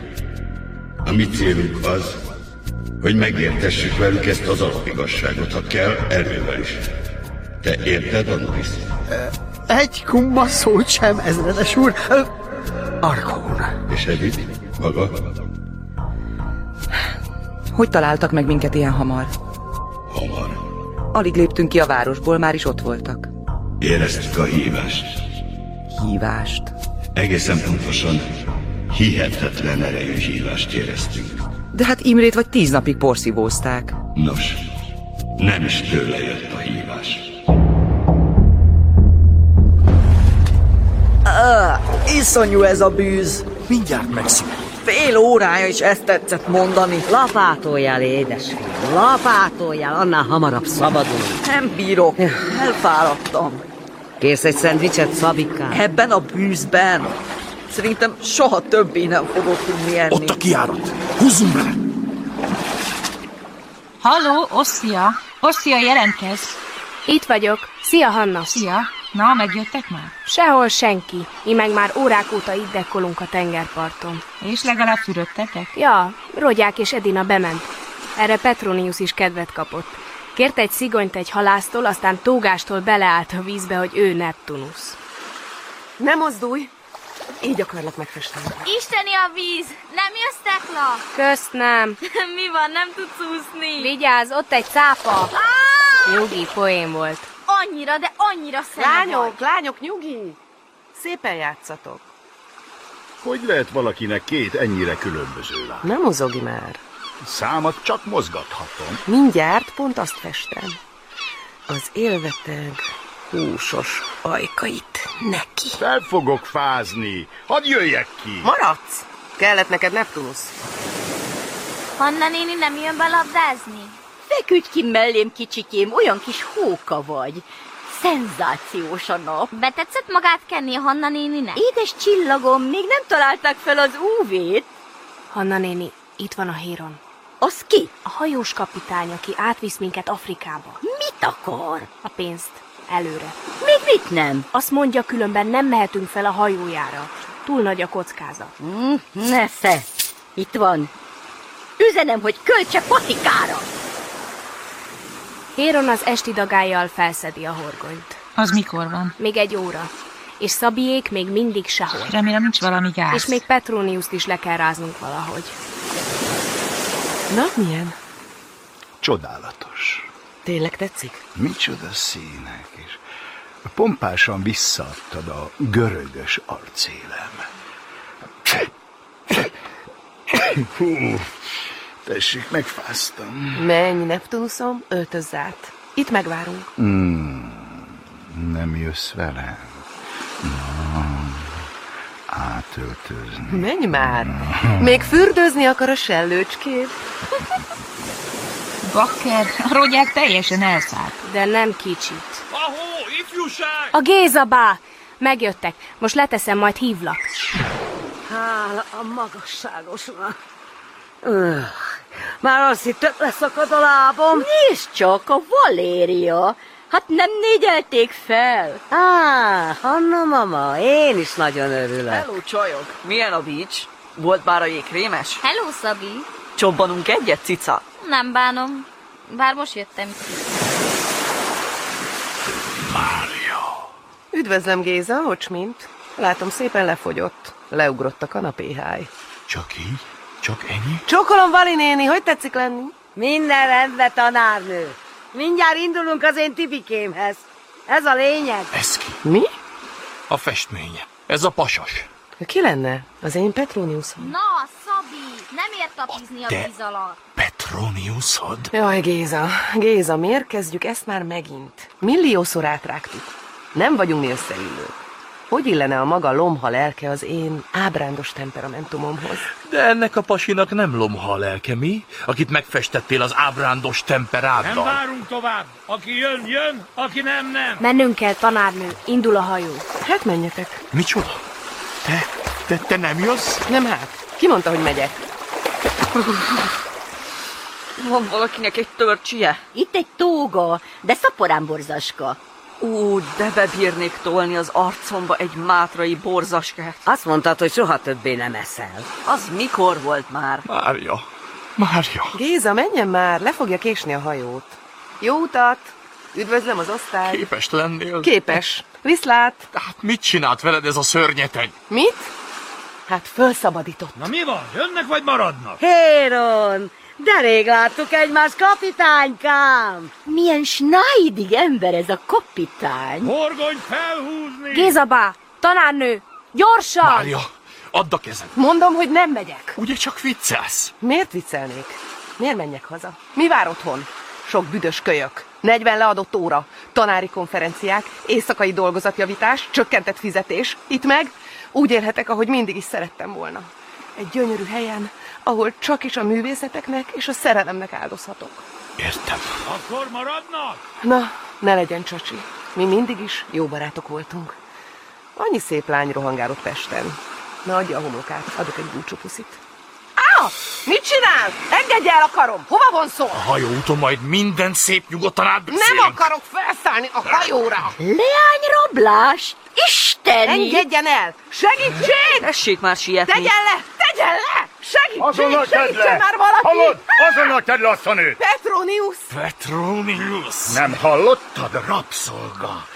[SPEAKER 10] A mi célunk az, hogy megértessük velük ezt az alapigasságot, ha kell, erővel is. Te érted, Anubis?
[SPEAKER 11] Egy kumba szót sem, ezredes úr. Ö, Arkón.
[SPEAKER 10] És Edith? Maga?
[SPEAKER 8] Hogy találtak meg minket ilyen hamar?
[SPEAKER 10] Hamar.
[SPEAKER 8] Alig léptünk ki a városból, már is ott voltak.
[SPEAKER 10] Éreztük a hívást.
[SPEAKER 8] Hívást.
[SPEAKER 10] Egészen pontosan hihetetlen erejű hívást éreztünk.
[SPEAKER 8] De hát Imrét vagy tíz napig porszívózták.
[SPEAKER 10] Nos, nem is tőle jött a hívás.
[SPEAKER 2] Á, iszonyú ez a bűz. Mindjárt megszívem.
[SPEAKER 21] Fél órája is ezt tetszett mondani. Lapátoljál, édesfiam, lapátoljál, annál hamarabb szabadul.
[SPEAKER 20] Nem bírok. Elfáradtam.
[SPEAKER 21] Kész egy szendvicset, Szabikám?
[SPEAKER 20] Ebben a bűzben. Szerintem soha többé nem fogok tudni enni. Ott a
[SPEAKER 23] kiárat. Húzzunk bele.
[SPEAKER 2] Halló, Osszia! Osszia, jelentkez!
[SPEAKER 6] Itt vagyok. Szia, Hanna! Szia!
[SPEAKER 2] Na, megjöttek már?
[SPEAKER 6] Sehol senki. Mi meg már órák óta itt dekkolunk a tengerparton.
[SPEAKER 2] És legalább fürödtetek?
[SPEAKER 6] Ja, Rogyák és Edina bement. Erre Petronius is kedvet kapott. Kért egy szigonyt egy halásztól, aztán tógástól beleállt a vízbe, hogy ő Neptunus.
[SPEAKER 4] Ne mozdulj! Így akarlak megfesteni.
[SPEAKER 19] Isteni a víz! Nem jössz, Tekla?
[SPEAKER 6] Kösz nem.
[SPEAKER 19] Mi van, nem tudsz úszni?
[SPEAKER 6] Vigyázz, ott egy cápa! Nyugi, poén volt.
[SPEAKER 19] Annyira, de annyira szeme vagy.
[SPEAKER 4] Lányok, lányok, nyugi! Szépen játszatok.
[SPEAKER 26] Hogy lehet valakinek két ennyire különböző láb?
[SPEAKER 4] Nem mozogi már.
[SPEAKER 26] Számat csak mozgathatom.
[SPEAKER 4] Mindjárt pont azt festem. Az élveteg húsos ajkait neki.
[SPEAKER 26] Fel fogok fázni. Hadd jöjjek ki.
[SPEAKER 4] Maradsz! Kellett neked Neptunus.
[SPEAKER 19] Hanna néni nem jön be labdázni?
[SPEAKER 30] Feküdj ki mellém, kicsikém, olyan kis hóka vagy. Szenzációs a nap.
[SPEAKER 19] Betetszett magát kenni a Hanna néninek?
[SPEAKER 30] Édes csillagom, még nem találták fel az úvét.
[SPEAKER 6] Hanna néni, itt van a héron.
[SPEAKER 30] Az ki?
[SPEAKER 6] A hajós kapitány, aki átvisz minket Afrikába.
[SPEAKER 30] Mit akar?
[SPEAKER 6] A pénzt. Előre.
[SPEAKER 30] Még mit nem?
[SPEAKER 6] Azt mondja, különben nem mehetünk fel a hajójára. Túl nagy a kockázat.
[SPEAKER 30] Hm, Nesze, itt van. Üzenem, hogy költse patikára!
[SPEAKER 6] Héron az esti dagájjal felszedi a horgonyt.
[SPEAKER 30] Az mikor van?
[SPEAKER 6] Még egy óra. És Szabiék még mindig sehol.
[SPEAKER 30] Remélem nincs valami gáz.
[SPEAKER 6] És még Petroniuszt is le kell ráznunk valahogy.
[SPEAKER 4] Na, milyen?
[SPEAKER 26] Csodálatos.
[SPEAKER 4] Tényleg tetszik?
[SPEAKER 26] Micsoda színek, és pompásan visszaadtad a görögös arcélem. Hú, tessék, megfáztam.
[SPEAKER 4] Menj, Neptunusom, öltözz át. Itt megvárunk.
[SPEAKER 26] Mm, nem jössz velem. Na, átöltözni.
[SPEAKER 4] Menj már! Még fürdőzni akar a sellőcskéd.
[SPEAKER 30] Bakker, a rogyák teljesen elszállt.
[SPEAKER 6] De nem kicsit.
[SPEAKER 30] Ahó, ifjúság!
[SPEAKER 6] A Géza bá! Megjöttek. Most leteszem, majd hívlak.
[SPEAKER 21] Hála a magasságosnak. Öh, Már azt hittem, leszakad a lábam.
[SPEAKER 30] Nézd csak, a Valéria! Hát nem négyelték fel.
[SPEAKER 21] Á, Hanna mama, én is nagyon örülök.
[SPEAKER 20] Hello, csajok! Milyen a beach? Volt már a jégkrémes?
[SPEAKER 19] Hello, Szabi!
[SPEAKER 20] Csobbanunk egyet, cica?
[SPEAKER 19] Nem bánom. Bár most jöttem ki.
[SPEAKER 4] Üdvözlöm, Géza, hogy mint? Látom, szépen lefogyott. Leugrott a kanapéháj.
[SPEAKER 23] Csak így? Csak ennyi?
[SPEAKER 4] Csókolom, Vali néni, hogy tetszik lenni?
[SPEAKER 21] Minden rendben, tanárnő. Mindjárt indulunk az én tipikémhez. Ez a lényeg.
[SPEAKER 23] Ez ki?
[SPEAKER 4] Mi?
[SPEAKER 23] A festménye. Ez a pasas.
[SPEAKER 4] Ki lenne? Az én Petroniusom.
[SPEAKER 19] Na, Szabi! Nem ér tapizni a,
[SPEAKER 4] te-
[SPEAKER 19] víz alatt.
[SPEAKER 23] Petroniuszod?
[SPEAKER 4] Jaj, Géza, Géza, miért kezdjük ezt már megint? Milliószor átrágtuk. Nem vagyunk mi összeillők. Hogy illene a maga lomha lelke az én ábrándos temperamentumomhoz?
[SPEAKER 23] De ennek a pasinak nem lomha a lelke, mi? Akit megfestettél az ábrándos
[SPEAKER 13] Nem
[SPEAKER 23] temperáddal.
[SPEAKER 13] várunk tovább. Aki jön, jön, aki nem, nem.
[SPEAKER 6] Mennünk kell, tanárnő. Indul a hajó.
[SPEAKER 4] Hát menjetek.
[SPEAKER 23] Micsoda? Te, te, te nem jössz?
[SPEAKER 4] Nem hát. Ki mondta, hogy megyek?
[SPEAKER 20] Van valakinek egy törcsie?
[SPEAKER 30] Itt egy tóga, de szaporán borzaska.
[SPEAKER 20] Ú, de bebírnék tolni az arcomba egy mátrai borzaskát.
[SPEAKER 21] Azt mondtad, hogy soha többé nem eszel.
[SPEAKER 20] Az mikor volt már?
[SPEAKER 23] Márja. Márja.
[SPEAKER 4] Géza, menjen már, le fogja késni a hajót. Jó utat! Üdvözlöm az osztály!
[SPEAKER 23] Képes lennél?
[SPEAKER 4] Képes. Viszlát!
[SPEAKER 23] Hát mit csinált veled ez a szörnyeteg?
[SPEAKER 4] Mit? Hát felszabadított.
[SPEAKER 13] Na mi van? Jönnek vagy maradnak? Héron!
[SPEAKER 30] De rég láttuk egymást, kapitánykám! Milyen snáidig ember ez a kapitány!
[SPEAKER 13] Horgony felhúzni!
[SPEAKER 6] Gézabá! Tanárnő! Gyorsan!
[SPEAKER 23] Márja, add a kezed.
[SPEAKER 4] Mondom, hogy nem megyek.
[SPEAKER 23] Ugye csak viccelsz?
[SPEAKER 4] Miért viccelnék? Miért menjek haza? Mi vár otthon? Sok büdös kölyök. 40 leadott óra, tanári konferenciák, éjszakai dolgozatjavítás, csökkentett fizetés. Itt meg úgy élhetek, ahogy mindig is szerettem volna. egy gyönyörű helyen, ahol csak is a művészeteknek és a szerelemnek áldozhatok.
[SPEAKER 23] Értem.
[SPEAKER 31] Akkor maradnak?
[SPEAKER 4] Na, ne legyen csacsi. Mi mindig is jó barátok voltunk. Annyi szép lány rohangálott Pesten. Na, adja a homlokát, adok egy búcsúpuszit. Á! Mit csinál? Engedj el a karom! Hova vonszol?
[SPEAKER 23] A hajóúton majd minden szép nyugodtan átbeszélünk.
[SPEAKER 4] Nem akarok felszállni a hajóra!
[SPEAKER 30] Leányrablás?
[SPEAKER 4] Isten! Engedjen el! Segítség!
[SPEAKER 2] Tessék már sietni!
[SPEAKER 4] Tegyen le! Tegyen le! Segítség!
[SPEAKER 13] Azonnal tedd
[SPEAKER 4] Segítsen
[SPEAKER 13] le!
[SPEAKER 4] már valaki!
[SPEAKER 13] Hallod? Azonnal tedd le azt a nőt!
[SPEAKER 4] Petronius!
[SPEAKER 13] Petronius! Nem hallottad? Rabszolga!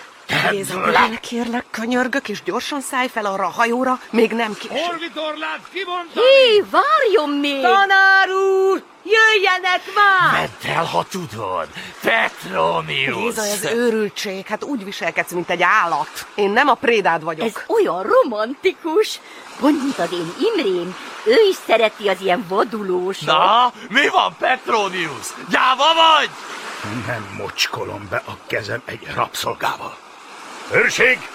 [SPEAKER 4] Géza, Bélel, kérlek, könyörgök, és gyorsan szállj fel arra a hajóra, még nem késő.
[SPEAKER 31] Orvitorlát kibontani!
[SPEAKER 30] Hé, várjon még!
[SPEAKER 14] Tanár úr! Jöjjenek már!
[SPEAKER 13] Vedd el, ha tudod! Petronius!
[SPEAKER 4] Géza, ez őrültség, hát úgy viselkedsz, mint egy állat. Én nem a prédád vagyok.
[SPEAKER 30] Ez olyan romantikus! Pont az én Imrém, ő is szereti az ilyen vadulós.
[SPEAKER 13] Na, mi van, Petronius? Gyáva vagy? Nem mocskolom be a kezem egy rabszolgával. Őrség!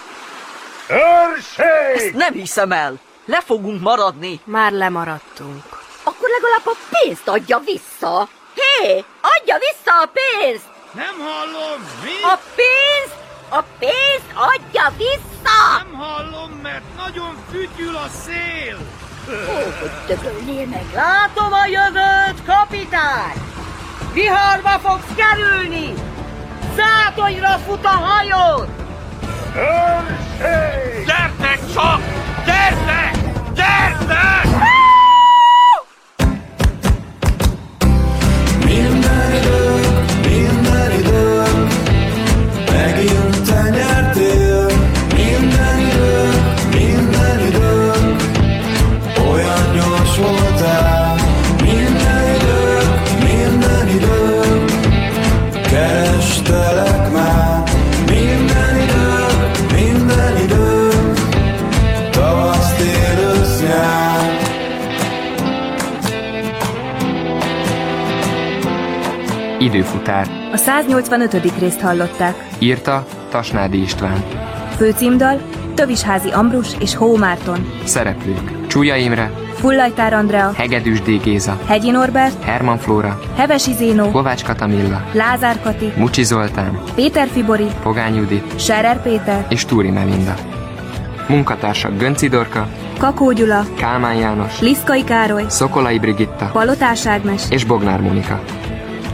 [SPEAKER 13] Őrség!
[SPEAKER 2] Ezt nem hiszem el. Le fogunk maradni.
[SPEAKER 32] Már lemaradtunk.
[SPEAKER 30] Akkor legalább a pénzt adja vissza! Hé, adja vissza a pénzt!
[SPEAKER 31] Nem hallom! Mi?
[SPEAKER 30] A pénzt! A pénzt adja vissza!
[SPEAKER 31] Nem hallom, mert nagyon fütyül a szél!
[SPEAKER 30] Ó, hogy dögölnél meg!
[SPEAKER 14] Látom a jövőt, kapitány! Viharba fogsz kerülni! Zátonyra fut a hajód!
[SPEAKER 13] Gyertek csak! Gyertek! Gyertek!
[SPEAKER 7] Minden idők, minden idők, megint te nyertél. Minden idők, minden idők, olyan gyors voltál. Minden idők, minden idők, kerestelek már. Minden idők, minden idők, tavasz, tél, ősz, nyár.
[SPEAKER 5] Időfutár.
[SPEAKER 33] A 185. részt hallották.
[SPEAKER 5] Írta Tasnádi István.
[SPEAKER 33] Főcímdal Tövisházi Ambrus és Hó Márton.
[SPEAKER 5] Szereplők. Csúlya Imre,
[SPEAKER 33] Fullajtár Andrea,
[SPEAKER 5] Hegedűs D. Géza,
[SPEAKER 33] Hegyi Norbert,
[SPEAKER 5] Herman Flóra,
[SPEAKER 33] Hevesi Zénó,
[SPEAKER 5] Kovács Katamilla,
[SPEAKER 33] Lázár Kati,
[SPEAKER 5] Mucsi Zoltán,
[SPEAKER 33] Péter Fibori,
[SPEAKER 5] Pogány Judit
[SPEAKER 33] Serer Péter,
[SPEAKER 5] és Túri Melinda. Munkatársak Gönci Dorka,
[SPEAKER 33] Kakó Gyula,
[SPEAKER 5] Kálmán János,
[SPEAKER 33] Liszkai Károly,
[SPEAKER 5] Szokolai Brigitta
[SPEAKER 33] Palotás Ágnes.
[SPEAKER 5] és Bognár Mónika.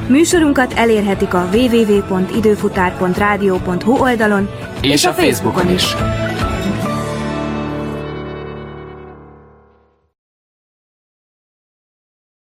[SPEAKER 33] Műsorunkat elérhetik a www.időfutár.rádió.hu oldalon
[SPEAKER 5] És a Facebookon is.